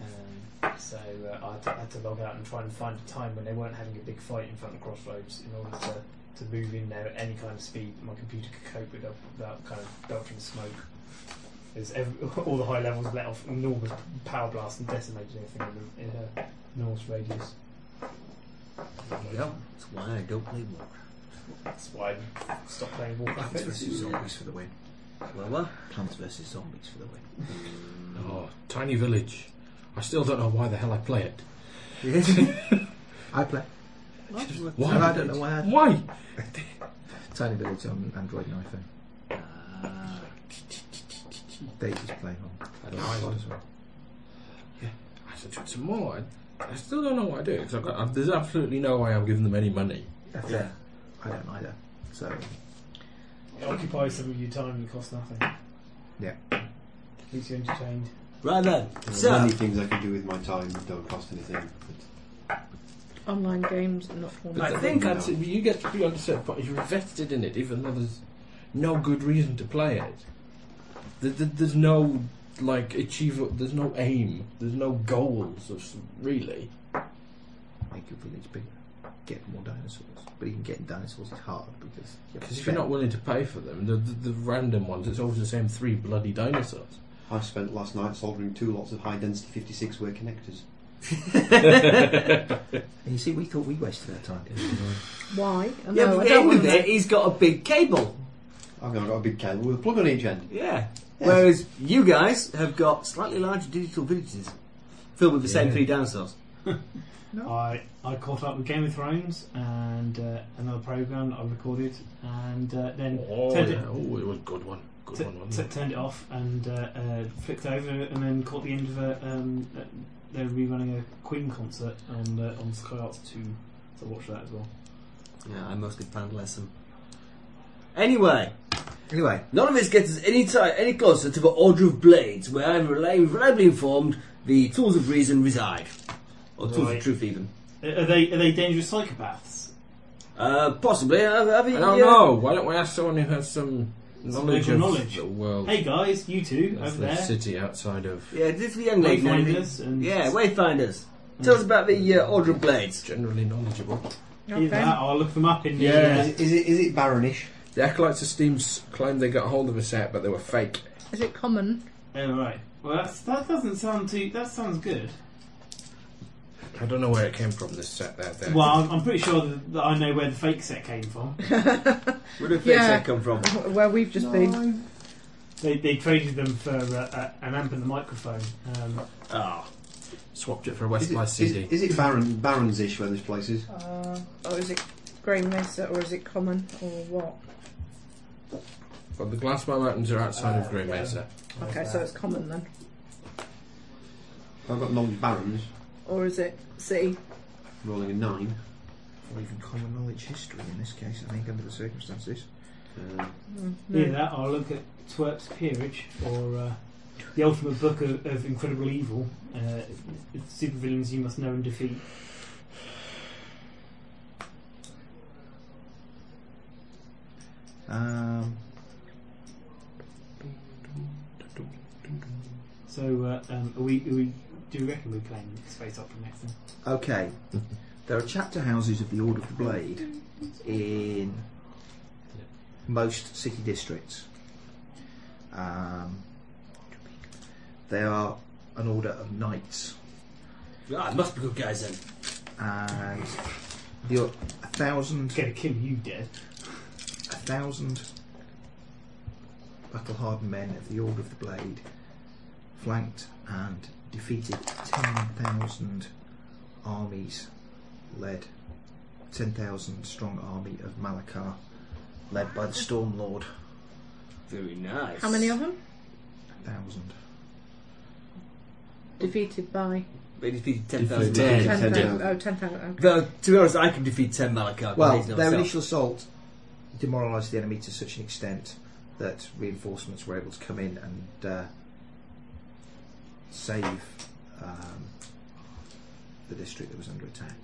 Um, so uh, I had to- had to log out and try and find a time when they weren't having a big fight in front of Crossroads in order to, to move in there at any kind of speed that my computer could cope with without- without kind of belching smoke. Because every, *laughs* all the high levels let off enormous power blasts and decimated everything in, the, in a Norse radius. There you go. That's why I don't play Warcraft. That's why I stopped playing Warcraft. Plants versus zombies for the win. Well, well. Plants versus zombies for *laughs* the win. Oh, tiny village. I still don't know why the hell I play *laughs* it. I play Why? And I don't know why I- Why? *laughs* Tiny Village on Android and iPhone. Daisy's playing on I don't know. iPhone why. as well. I said to him, some more. I, I still don't know what I do because I've got. I've, there's absolutely no way I'm giving them any money. That's Yeah. it. I don't either. So, It occupies some of your time and costs nothing. Yeah. Keeps you entertained. Right then. There are So, many things I can do with my time that don't cost anything. But Online games and not formal. I think I'd say, you get to be on a certain point. You're invested in it, even though there's no good reason to play it. There, there, there's no like achieve. There's no aim. There's no goals. Of, s- really. make your village bigger. Get more dinosaurs. But even getting dinosaurs is hard because you have to Because if you're not spend- willing to pay for them, the, the, the random ones, it's always the same three bloody dinosaurs. I spent last night soldering two lots of high density 56 way connectors. And you see, we thought we wasted our time. Why? Oh, yeah, no, but I the don't end want of it, to. he's got a big cable. I've now got a big cable with a plug on each end. Yeah. Whereas you guys have got slightly larger digital villages filled with the same Yeah. three dinosaurs. I, I caught up with Game of Thrones and uh, another program that I recorded, and uh, then Oh, turned, yeah. it, oh, it was a good one. Good t- one. t- Wasn't it? turned it off and uh, uh, flicked over, and then caught the end of a. Um, uh, they were rerunning a Queen concert on uh, on Sky Arts Two, so I watched that as well. Yeah, I mostly planned lesson. Anyway, Anyway, None of this gets us any time, any closer to the Order of Blades, where I'm reli- reliably informed the tools of reason reside, or tools Right. of truth, even. Are are they are they dangerous psychopaths? Uh, possibly. Have, have you, I don't uh, know. Why don't we ask someone who has some knowledge local of knowledge. the world? Hey guys, you two That's over the there, city outside of Yeah, this is the young lady. Wayfinders and Yeah, Wayfinders. Tell us about the uh, Order of Blades. generally knowledgeable. Either that, Okay. or I'll look them up in the. Yeah. uh, Is, is it is it baronish? The acolytes of Steam s- claimed they got hold of a set, but they were fake. Is it common? Oh, right. Well, that's, that doesn't sound too. That sounds good. I don't know where it came from. This set there, there. Well, I'm, I'm pretty sure that, that I know where the fake set came from. Where did Yeah. that come *laughs* from? Where we've just been. They, they traded them for uh, uh, an amp and a microphone. Um, Oh, swapped it for Is a West it, Life is, CD. it- is it baron barons ish where this place is? Uh, or is it Grey Mesa or is it common or what? But the Glassmar Mountains are outside of Grey yeah. Mesa. Okay, so it's common then. I've got knowledge barons Or is it C? rolling a nine. Or even common knowledge history in this case, I think, under the circumstances. Uh, Either that, or look at Twerp's Peerage or uh, the Ultimate Book of, of Incredible Evil. Uh, supervillains you must know and defeat. Um, So, uh, um, are we, are we do you reckon we're playing space opera next time? okay. there are chapter houses of the Order of the Blade in most city districts. Um, they are an order of knights. Ah, it must be good guys then. and the o- a thousand, Gonna kill you dead. a thousand battle-hardened men of the Order of the Blade flanked and defeated ten thousand armies led, ten thousand strong army of Malakar, led by the Storm Lord. Very nice. How many of them? Thousand. Defeated by They defeated 10,000. Defeated. Malachar. 10,000. thousand. Oh, 10,000. Okay. Though, to be honest, I could defeat 10 Malachar. Well, amazing their myself. initial assault demoralised the enemy to such an extent that reinforcements were able to come in and uh, save um, the district that was under attack.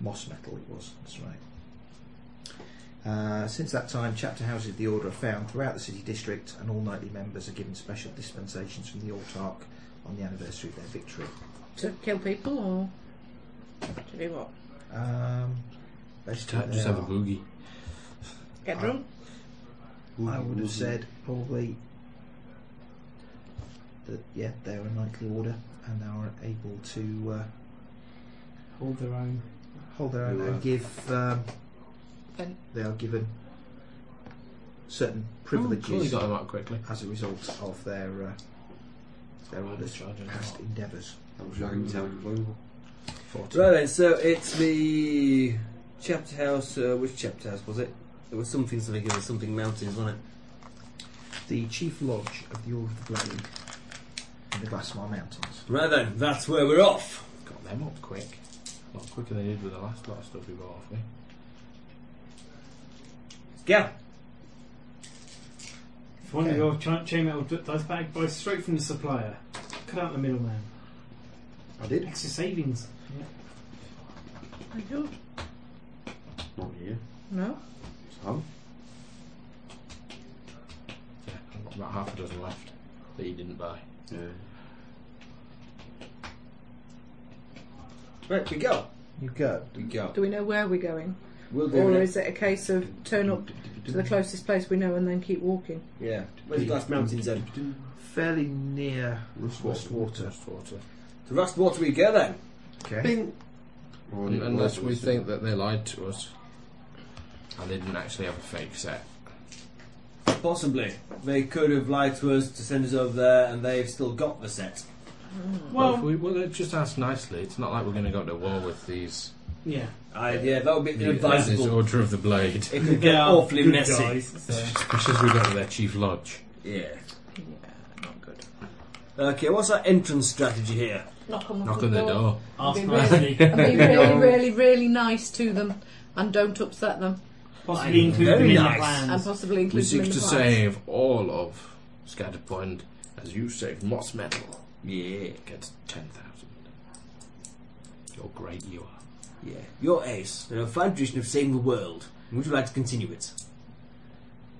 Moss metal, it was. That's right. Uh, since that time, chapter houses of the order are found throughout the city district, and all knightly members are given special dispensations from the autarch on the anniversary of their victory. Oh, To kill people or to do what? Um, basically Just they have a are- boogie. Get drunk? I would have said probably that yeah, they're a knightly order and they are able to uh, Hold their own. hold their own and give. Um, Then- they are given certain Oh, cool, you privileges got them out quickly. as a result of their uh, their order's Charging past endeavours. I'm sure I can tell you blue. Right then, so it's the chapter house. Uh, which chapter house was it? There was something, something, it was something mountains, wasn't it? The chief lodge of the Order of the Blade in the Glassmar Mountains. Right then, that's where we're off. Got them up quick. A lot quicker than they did with the last lot of stuff we bought off me. Go. If one of your cha- chainmail d- dice bag buys straight from the supplier, cut out the middleman. I did. Extra savings. I don't Not here. know. So, Yeah, I've got about half a dozen left that you didn't buy. yeah. Right, we go. You go. We go. Do we know where we're going? We'll do Or it. is it a case of turn up to the closest place we know and then keep walking? Yeah. Where's the glass mountains then? Fairly near Rustwater. Rustwater. To Rustwater we go then. Okay. Bing. Or Un- Unless or- we think that they lied to us and they didn't actually have a fake set. Possibly. They could have lied to us to send us over there and they've still got the set. Well, Well, if we, well, let's just ask nicely. It's not like we're going to go to war with these yeah. I, yeah, that would be this advisable. Order of the Blade. It *laughs* could get awfully good messy. guys, so. Especially as we go to their chief lodge. Yeah. Yeah, not good. Okay, what's our entrance strategy here? Knock on, Knock on their door. Ask Be nicely. And be *laughs* really, really, really nice to them and don't upset them Possibly include them Very in the nice. and plans. possibly We include them seek in to the plans. save all of Scatterpoint as you save Moss Metal. Yeah. Gets 10,000. You're great, you are. Yeah. Your ace. Now, a fine tradition of saving the world. Would you like to continue it?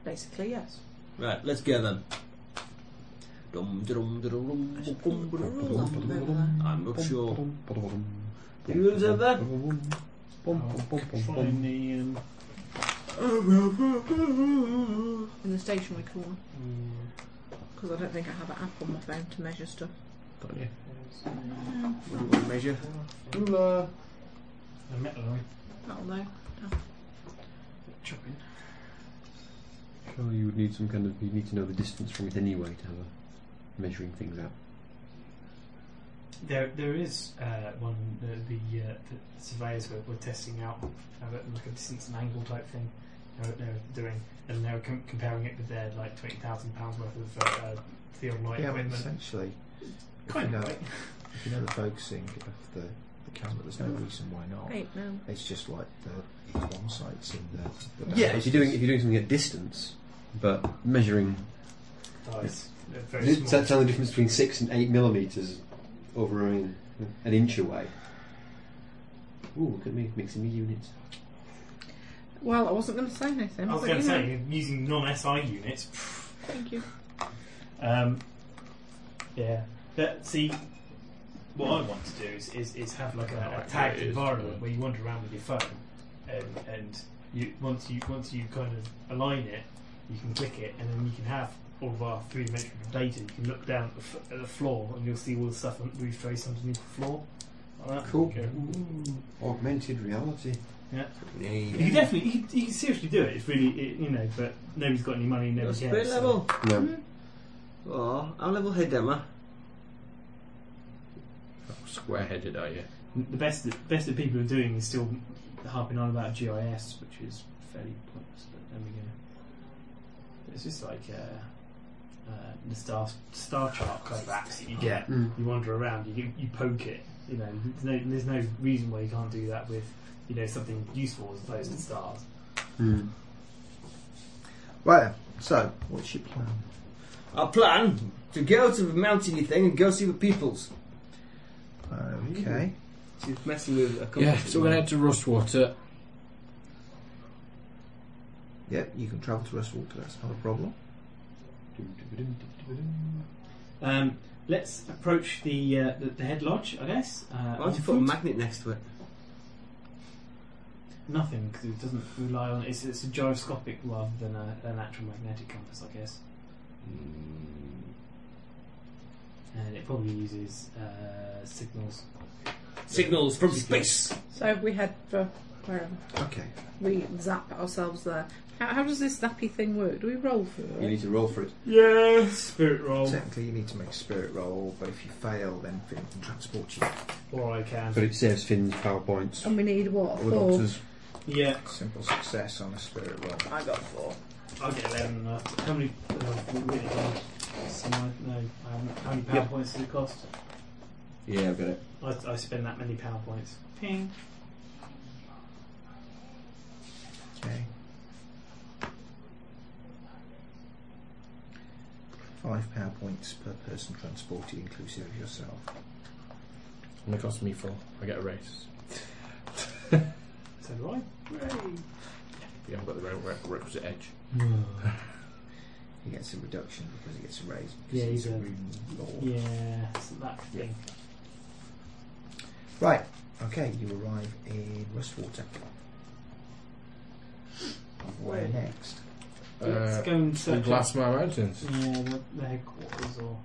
Basically, yes. Right, let's go then. Dum, dum, dum, dum, dum, dum, dum. I'm not sure. You lose over there? Trying the, um, In the stationary corner. Mm. Because I don't think I have an app on my phone to measure stuff. Don't you? What do you want to measure? the metal line. That'll know. Chopping. Sure, you would need some kind of. You need to know the distance from it anyway to have a measuring things out. There, there is uh, one the the, uh, the surveyors were, were testing out uh, like a distance and angle type thing, They're, they're doing, and they're com- comparing it with their like twenty thousand pounds worth of uh, uh, theodolite Yeah, I mean, equipment. essentially, if you Kind know, of right. if you know the focusing of the, the camera, there's no reason why not. Ain't no. It's just like the bomb sights in the. the Yeah, if you're doing if you're doing something at distance, but measuring, Dies. They're very it's small. that's the difference between six and eight millimeters over I mean, an inch away. Ooh, look at me mixing me units. Well, I wasn't going to say anything. I was but going to you know. say using non-SI units. Thank you. Um, yeah. But see, what I want to do is, is, is have like a, a tagged environment where you wander around with your phone, and, and you once you once you kind of align it, you can click it, and then you can have all of our three-dimensional data. You can look down at the, f- at the floor, and you'll see all the stuff that we've traced underneath the floor. Like that. Cool. Okay. Augmented reality. Yeah. You Yeah. could definitely, you could, you could seriously do it. It's really, it, you know, but nobody's got any money, You're nobody spirit cares. so- level. No. Mm-hmm. Oh, I'm level head, am I? Square-headed, are you? the best that, best that people are doing is still harping on about GIS, which is fairly pointless. But there we go. It's just like uh, uh, the star star chart kind of apps that you get. Mm. You wander around, you you poke it. You know, Mm-hmm. there's no, there's no reason why you can't do that with you know something useful as opposed to stars. Mm. Right then, so, what's your plan? Our plan to get out of the mountainy thing and go see the peoples. Okay. She's messing with a couple Yeah, so we're going to head to Rustwater. Yep, you can travel to Westwater, that's not a problem. Um, let's approach the, uh, the the head lodge, I guess. Uh, Why don't on you put a foot. magnet next to it? Nothing because it doesn't rely on it's, it's a gyroscopic rather than a, an actual magnetic compass, I guess. And it probably uses uh, signals. Signals from space. So we head for wherever. Okay. We zap ourselves there. How, how does this zappy thing work? Do we roll for You it? need to roll for it. Yeah, spirit roll. Technically, you need to make a spirit roll, but if you fail, then Finn can transport you. Or I can. But it saves Finn's PowerPoints. And we need what? Or the Four. doctor's Yeah, simple success on a spirit roll. I got four. I'll get eleven. And a half. how many? Uh, really good. Somewhere- no, I haven't. How many power Yep. points does it cost? Yeah, I've got it. I, I spend that many power points. Ping. Okay. Five power points per person transported, inclusive of yourself. And it costs me four. I get a race. So do I. You haven't got the re- re- requisite edge. He gets a reduction because he gets a raise. Because Yeah, he's, he's a a- rune lord. Yeah, it's that thing. Right. Okay, you arrive in Westwater. Where Wait. next? Let's Uh, go and the search. Glassmar Mountains. up- Yeah, the, the headquarters or.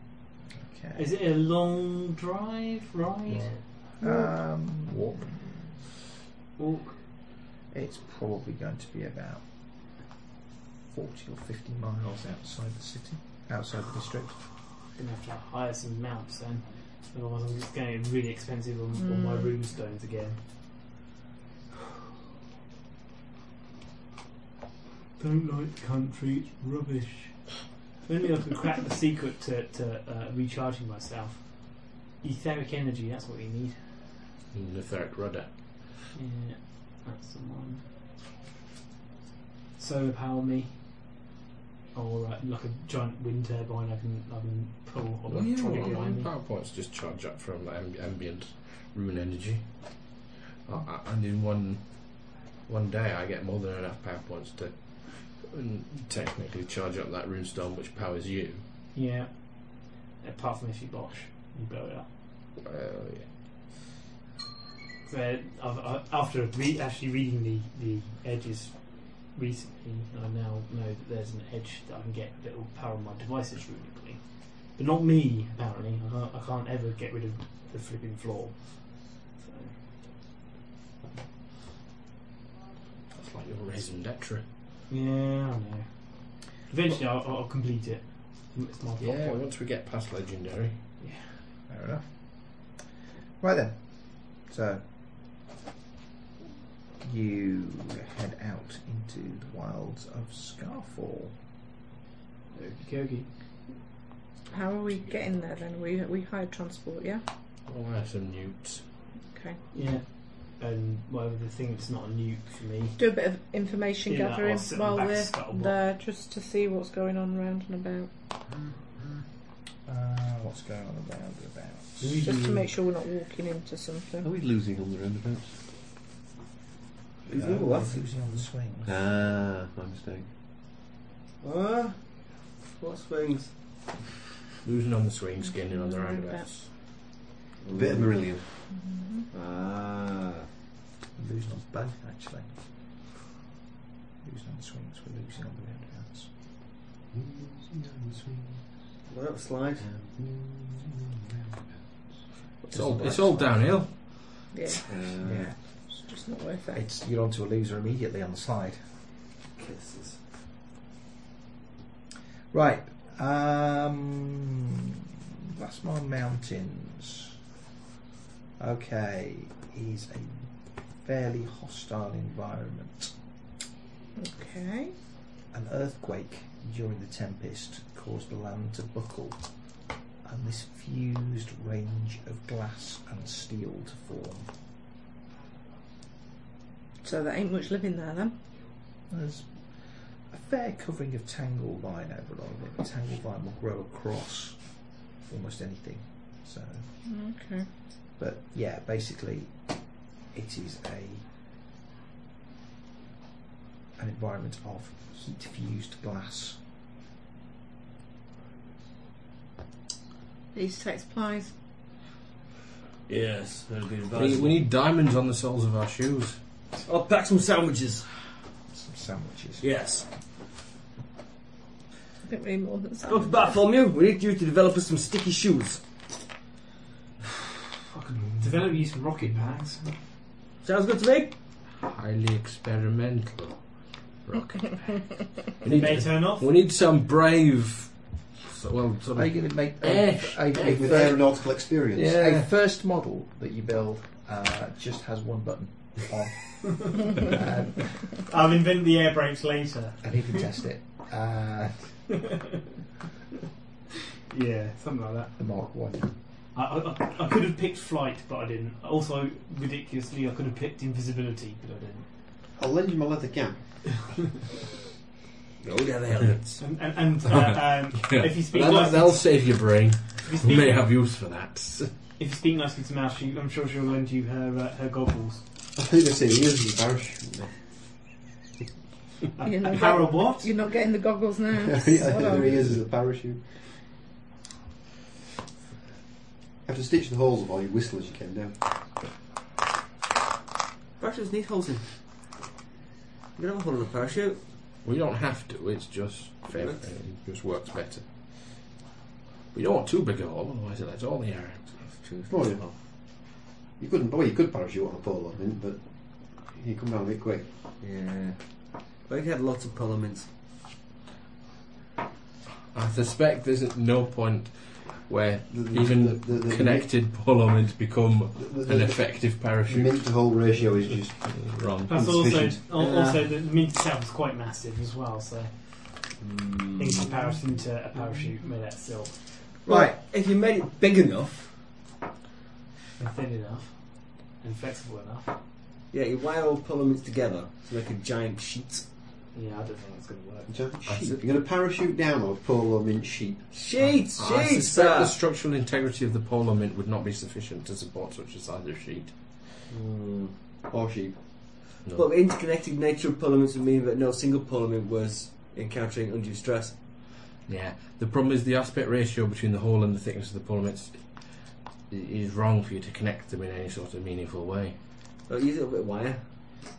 Okay. Is it a long drive, ride? um, Walk? It's probably going to be about forty or fifty miles outside the city, outside the district. Gonna have to hire some mounts then. Otherwise, I'm just going to get really expensive on, on my rune stones again. Don't like the country, it's rubbish. If only I could crack the secret to, to uh, recharging myself. Etheric energy, that's what we need. And the third rudder. Yeah, that's the one. Solar power me, or uh, like a giant wind turbine I can I can pull or Well, yeah, trolling well, behind me. PowerPoints just charge up from amb- ambient rune energy. I, I, and in one one day, I get more than enough PowerPoints to mm, technically charge up that rune stone, which powers you. Yeah. Apart from if you bosh, you blow it up. Uh, So, uh, I've, I, after re- actually reading the, the edges recently, I now know that there's an edge that I can get that will power my devices runically. But not me, apparently. I can't, I can't ever get rid of the flipping floor. So, that's like your raison d'etre. yeah, I know. Eventually, I'll, I'll complete it. It's my Yeah, point. once we get past legendary. Fair enough. Right then. So, you head out into the wilds of Scarfall. Kogi. How are we getting there then? We we hired transport, yeah. Well, I have some newts. Okay. Yeah. And whatever the thing that's not a nuke for me. Do a bit of information Yeah, gathering I'll sit on while the back we're scuttlebutt. there, just to see what's going on around and about, Uh, what's going on around and about? just to make sure we're not walking into something. Are we losing on the roundabouts? Uh, No, we're that's- losing on the swing. Ah, my mistake. Ah, what swings? Losing on the swing, skinning on the roundabouts. A bit of Marillion. Ah, We're losing on both, actually. Losing on the swings, we're losing on the roundabouts. what up, slide? It's all, it's all downhill. Yeah, yeah. it's just not worth it. It's, you're onto a loser immediately on the slide. Kisses. Right. Um, that's my mountains. Okay, is a fairly hostile environment. Okay. An earthquake during the tempest caused the land to buckle, and this fused range of glass and steel to form. So there ain't much living there then. There's a fair covering of tangle vine over a lot of it, but tangle vine will grow across almost anything. So, Okay. but yeah, basically, it is a an environment of heat fused glass. These sex plies. Yes, that'd be We, advisable. we need diamonds on the soles of our shoes. I'll pack some sandwiches. Some sandwiches. Yes. Don't really more than Go to that. Bartholomew. We need you to develop us some sticky shoes. I could develop you some rocket packs. Sounds good to me. Highly experimental. Rocket. we, They may need, turn off. we need some brave. So, well, sort Are of, you going to make a, Ash. a, a, With fir- aeronautical experience. a first model that you build uh, just has one button on, Um, I'll invent the air *laughs* brakes later. and you can test it. Uh, Yeah, something like that. the Mark One. I, I, I could have picked flight, but I didn't. Also, ridiculously, I could have picked invisibility, but I didn't. I'll lend you my leather cap. Go down *laughs* the helmets. And, and, and *laughs* uh, um, if you speak That- nicely, that'll save *laughs* your brain. if you We *laughs* speak, may have use for that. *laughs* if you speak nicely to Mouse, she, I'm sure she'll lend you her uh, her goggles. I think I say he is embarrassed. *laughs* A, You know a that- power of what? You're not getting the goggles now. I Hold think there on. he is as a parachute. You have to stitch the holes while you whistle as you came down. Parachutes need holes in. You don't have a hole in a parachute. We don't have to. It's just fair. Works. It just works better. We don't want too big a hole, otherwise it lets all the air out. Oh, yeah. You couldn't, well, you could parachute on a pole, I think, but you come down a bit quick. Yeah. But you had lots of parliaments. I suspect there's no point where The- the- even the- the- the- connected polymins become The, the, an the, effective the parachute. mint to hole ratio is just Wrong. Plus, also, Insufficient. al- also the mint itself is quite massive as well, so Mm. in comparison to a parachute made out of silk, Right. If you made it big enough, and thin enough, and flexible enough. yeah, you wire all parliaments together to make a giant sheet. Yeah, I don't think it's going to work. giant sheep. You're going to parachute down on a polo mint sheep. Sheet, I sheet, suspect the structural integrity of the polar mint would not be sufficient to support such a size of sheet. Or sheep. But the interconnected nature of parliaments would mean that no single parliament was encountering undue stress. Yeah. The problem is the aspect ratio between the hole and the thickness of the polar mint is wrong for you to connect them in any sort of meaningful way. Oh, use a little bit of wire.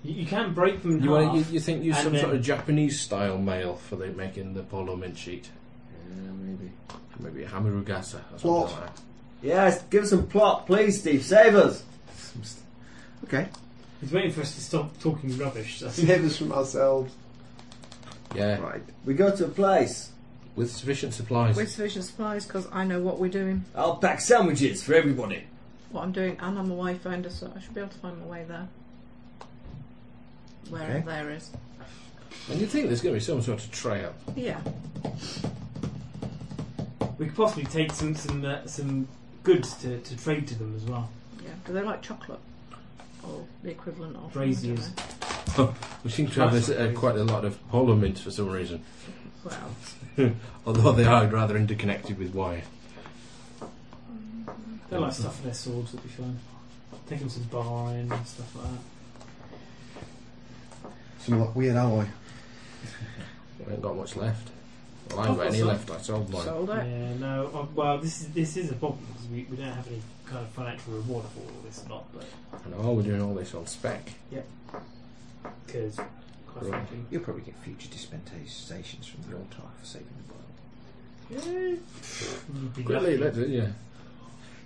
You, you can break them in You, half. want, you, you think use Ah, And some then- sort of Japanese style mail for the, making the polo mint sheet? Yeah, maybe. Maybe Hamurugasa or something Plot. like that. Yes, give us some plot, please, Steve. Save us. Okay. He's waiting for us to stop talking rubbish. So. Save us from ourselves. Yeah, Right. We go to a place. with sufficient supplies. With sufficient supplies, because I know what we're doing, I'll pack sandwiches for everybody. what I'm doing, and I'm a wayfinder, so I should be able to find my way there. wherever Okay. there is. And you think there's going to be some sort of trial. Yeah. We could possibly take some some uh, some goods to, to trade to them as well. Yeah. Do they like chocolate? Or the equivalent of. Braziers. we seem to have this, uh, quite a lot of hollow mints for some reason. Well. Although they are rather interconnected with wire. They like stuff for their swords. That'd be fun. Take them some bar iron and stuff like that. Some like weird alloy. I haven't got much left. Well, Oh, I haven't I've got got any some. left. I sold mine. Sold it. Yeah, no. uh, Well, this is this is a problem because we, we don't have any kind of financial reward for all this lot, but And oh, we're doing all this on spec. because quite Right. frankly, You'll probably get future dispensations from the altar for saving the world. you'd be Quickly, lucky. let's,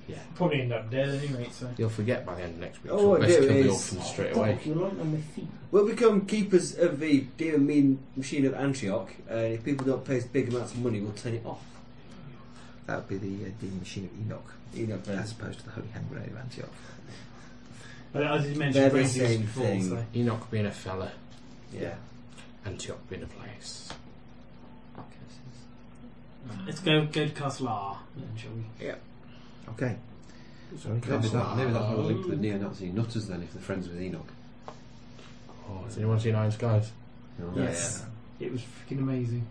yeah. probably end up dead anyway. So You'll forget by the end of next week. Oh, so what best do kill the is- orphan straight away. you like on the feet. We'll become keepers of the demon mean machine of Antioch, and if people don't pay us big amounts of money, we'll turn it off. That would be the uh, demon machine of Enoch, You know, that's as opposed to the Holy Hand Grenade of Antioch. But I did They're mention the braziers same before. thing. So. Enoch being a fella, yeah. Antioch being a place. Let's go go to Castle R, then, shall we? Okay. So we Maybe, cast that. that, maybe that'll have a link to the neo-Nazi nutters then, if they're friends with Enoch. Oh, has anyone seen Iron Skies? No. Yes. It was freaking amazing.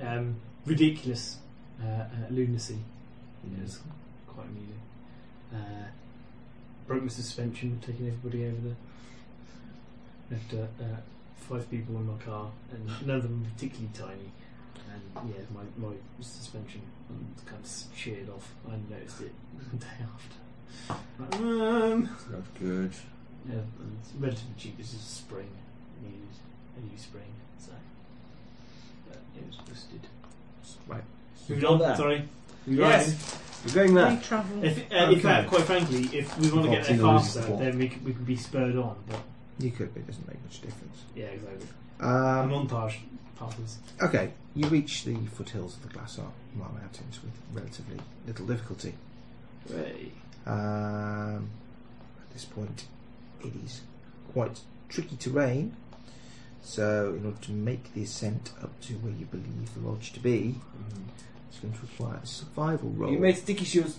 Um, ridiculous uh, uh, lunacy. It was quite amusing. Uh, broke my suspension, taking everybody over there. Left uh, uh, five people in my car, and none of them were particularly tiny. And yeah, my, my suspension kind of sheared off. I noticed it *laughs* the day after. Like, um, It's not good. yeah, and it's relatively cheap. This is spring. We used a new spring, so but it was listed. Right. Moving Not on. bad. Sorry. Yes. We're going They there. travel. If, uh, in Okay. fact, quite frankly, if we want to get there Fourteen loses faster, the plot. then we can, we can be spurred on. But You could, but it doesn't make much difference. yeah, exactly. A Um, montage passes. Okay, you reach the foothills of the Glassar Mountains with relatively little difficulty. Um, at this point, it is quite tricky terrain, so in order to make the ascent up to where you believe the lodge to be, it's going to require a survival roll. You made sticky shoes.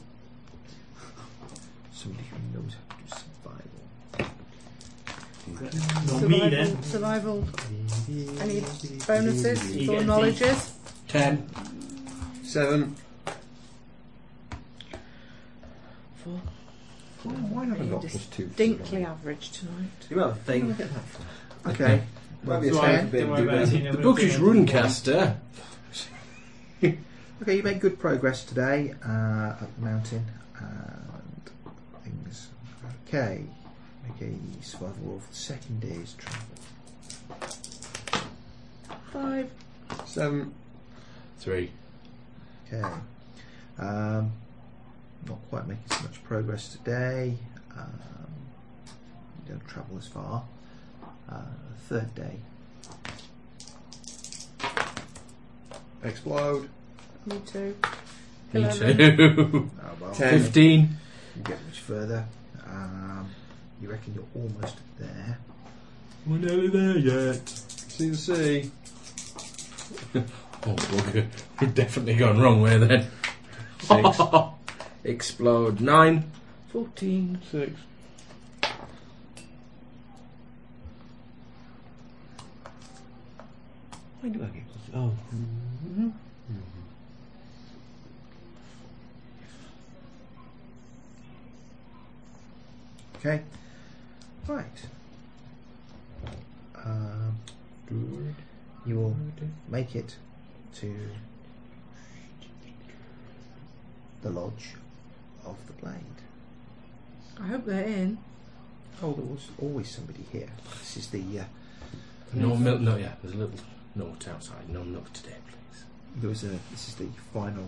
Somebody who knows how to do survival. Not survival, me then. survival. Any bonuses You or get knowledges? Ten. Seven. Four. Why, why have I got plus two? Distinctly average tonight. You might have a thing. Okay, Might well, be a Don't sign worry- for being don't worry good about then. it, you know, The we'll book get is there before- Runcaster. Okay, you make good progress today uh, up the mountain, and things are okay. Make a survival roll for the second day's travel. Five. Seven. Three. Okay, um, not quite making so much progress today. Um, you don't travel as far. Uh, third day, Explode. You two. Me Eleven. too. oh, well, Ten. Fifteen. you get much further. Um, you reckon you're almost there. We're nearly there yet. See the sea. *laughs* Oh, bugger. We've definitely gone wrong way then. Six. *laughs* Explode. Nine. Fourteen. Six. Why do I get plus Oh. mm-hmm. Okay. Right. Um, you will make it to the lodge of the blade. I hope they're in. Oh, there was always somebody here. This is the. Uh, No milk. No, yeah. There's a little note outside. No milk today, please. there was a. This is the final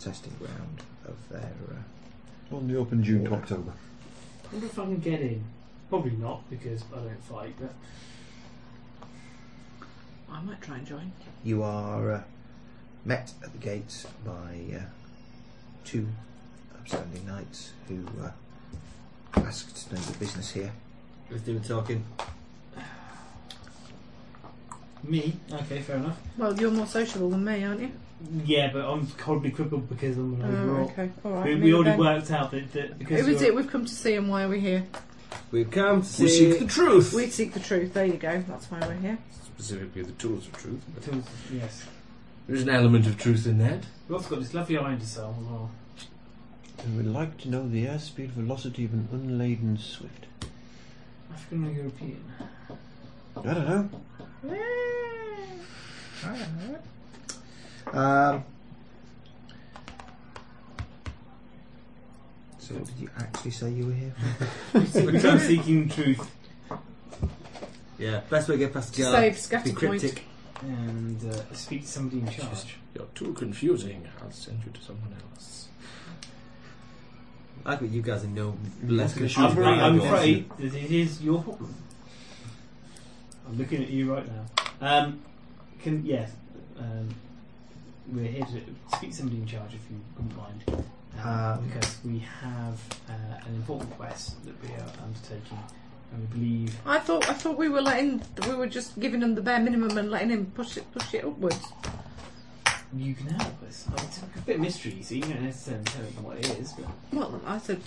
testing ground of their. Uh, On the open June to October. I wonder if I can get in. Probably not because I don't fight. But I might try and join. you are uh, met at the gates by uh, two upstanding knights who uh, asked to know your business here. Let's do the talking. Me? Okay, fair enough. Well, you're more sociable than me, aren't you? Yeah, but I'm horribly crippled because I'm an Oh, overall. okay. All right. We, Me we already then. worked out that, that because Who is you're- it? We've come to see and why we're here. We've come to see, We seek the truth. We seek the truth. There you go. That's why we're here. Specifically, the tools of truth. Tools, yes. There's an element of truth in that. We've also got this lovely iron to sell as well. We would like to know the airspeed velocity of an unladen swift. African or European? I don't know. Um, So what did you actually say you were here *laughs* We're come seeking truth. Yeah, best way to get past the To guard. save Be scatter cryptic. And uh, speak to somebody in charge. You're too confusing. I'll send you to someone else. I think you guys are no less confused. I'm, than I I'm was. afraid that it is your problem. I'm looking at you right now. Um, can yes, um, we're here to speak to somebody in charge if you wouldn't mind, Uh, um, Um, because we have uh, an important quest that we are undertaking, and we believe I thought I thought we were letting we were just giving him the bare minimum and letting him push it push it upwards. you can help us. Oh, it's a bit of mystery, you see. You don't necessarily tell me what it is, but Well, I said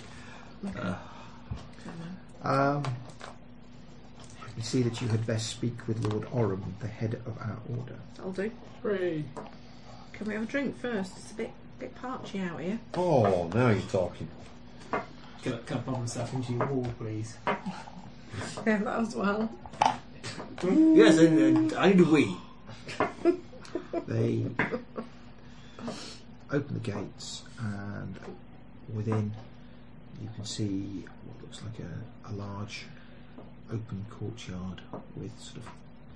Um, I can see that you had best speak with Lord Oram, the head of our order. that'll do. Hooray. Can we have a drink first? It's a bit bit parchy out here. *laughs* Oh, now you're talking. can I, can I bomb myself into your wall, please? Yeah, that as well. Yes, and uh, I need a wee. They open the gates, and within you can see what looks like a, a large open courtyard with sort of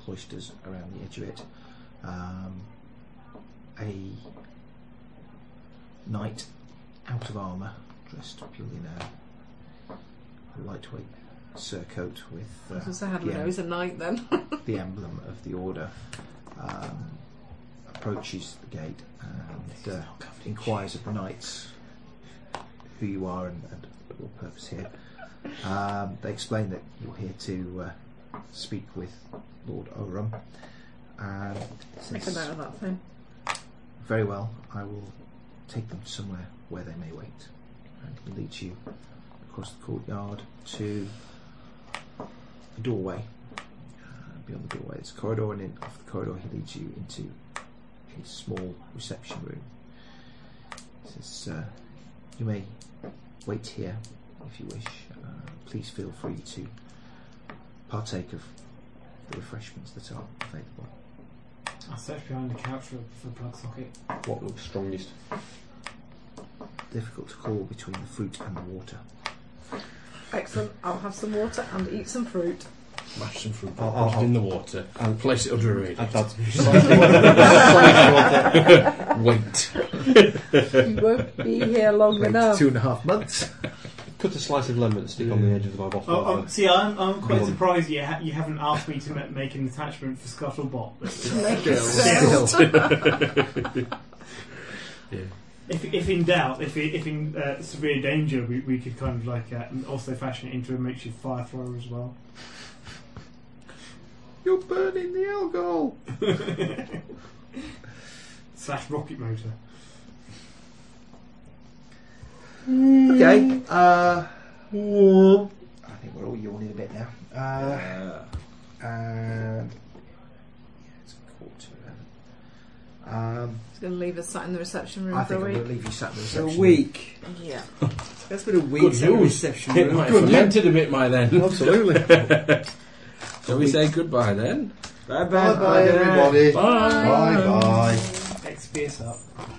cloisters around the edge of it. Um, a knight out of armour, dressed purely in a lightweight surcoat with uh, As I had the yeah. em- nose a night then. *laughs* the emblem of the order, um, approaches the gate and uh, inquires of the knights who you are and, and your purpose here. Um, they explain that you're here to uh, speak with Lord Oram. And Make a since note of that thing. very well, I will take them somewhere where they may wait and lead you across the courtyard to a doorway. Uh, beyond the doorway, it's a corridor, and in off the corridor, he leads you into a small reception room. He says, uh, "You may wait here if you wish. Uh, please feel free to partake of the refreshments that are available." I search behind the couch for, for a plug socket. What looks strongest? Difficult to call between the fruit and the water. Excellent. I'll have some water and eat some fruit. *laughs* Smash some fruit. Oh, oh, Put it in the water. And place it under a radio. Add that. Solid water. Wait. You won't be here long enough. two and a half months. Cut a slice of lemon and stick on the edge of my bottle. Oh, um, see, I'm, I'm quite Go on. surprised you, ha- you haven't asked me to ma- make an attachment for Scuttlebot. But Make it *laughs* Still. if, if in doubt, if, i- if in uh, severe danger, we, we could kind of like uh, also fashion it into a makeshift fire thrower as well. You're burning the alcohol. *laughs* Slash rocket motor. Okay. Uh, I think we're all yawning a bit now. Uh, and yeah, it's quarter. to eleven. Um, It's going to leave us sat in the reception room I for think a I'm week. going to leave you sat in the For a reception. week. Yeah. That's been a week Good at the news. reception room. I've relented a bit by then. Absolutely. *laughs* Shall we say goodbye then? Bye bye. Bye bye, everybody. Bye bye. XPS up.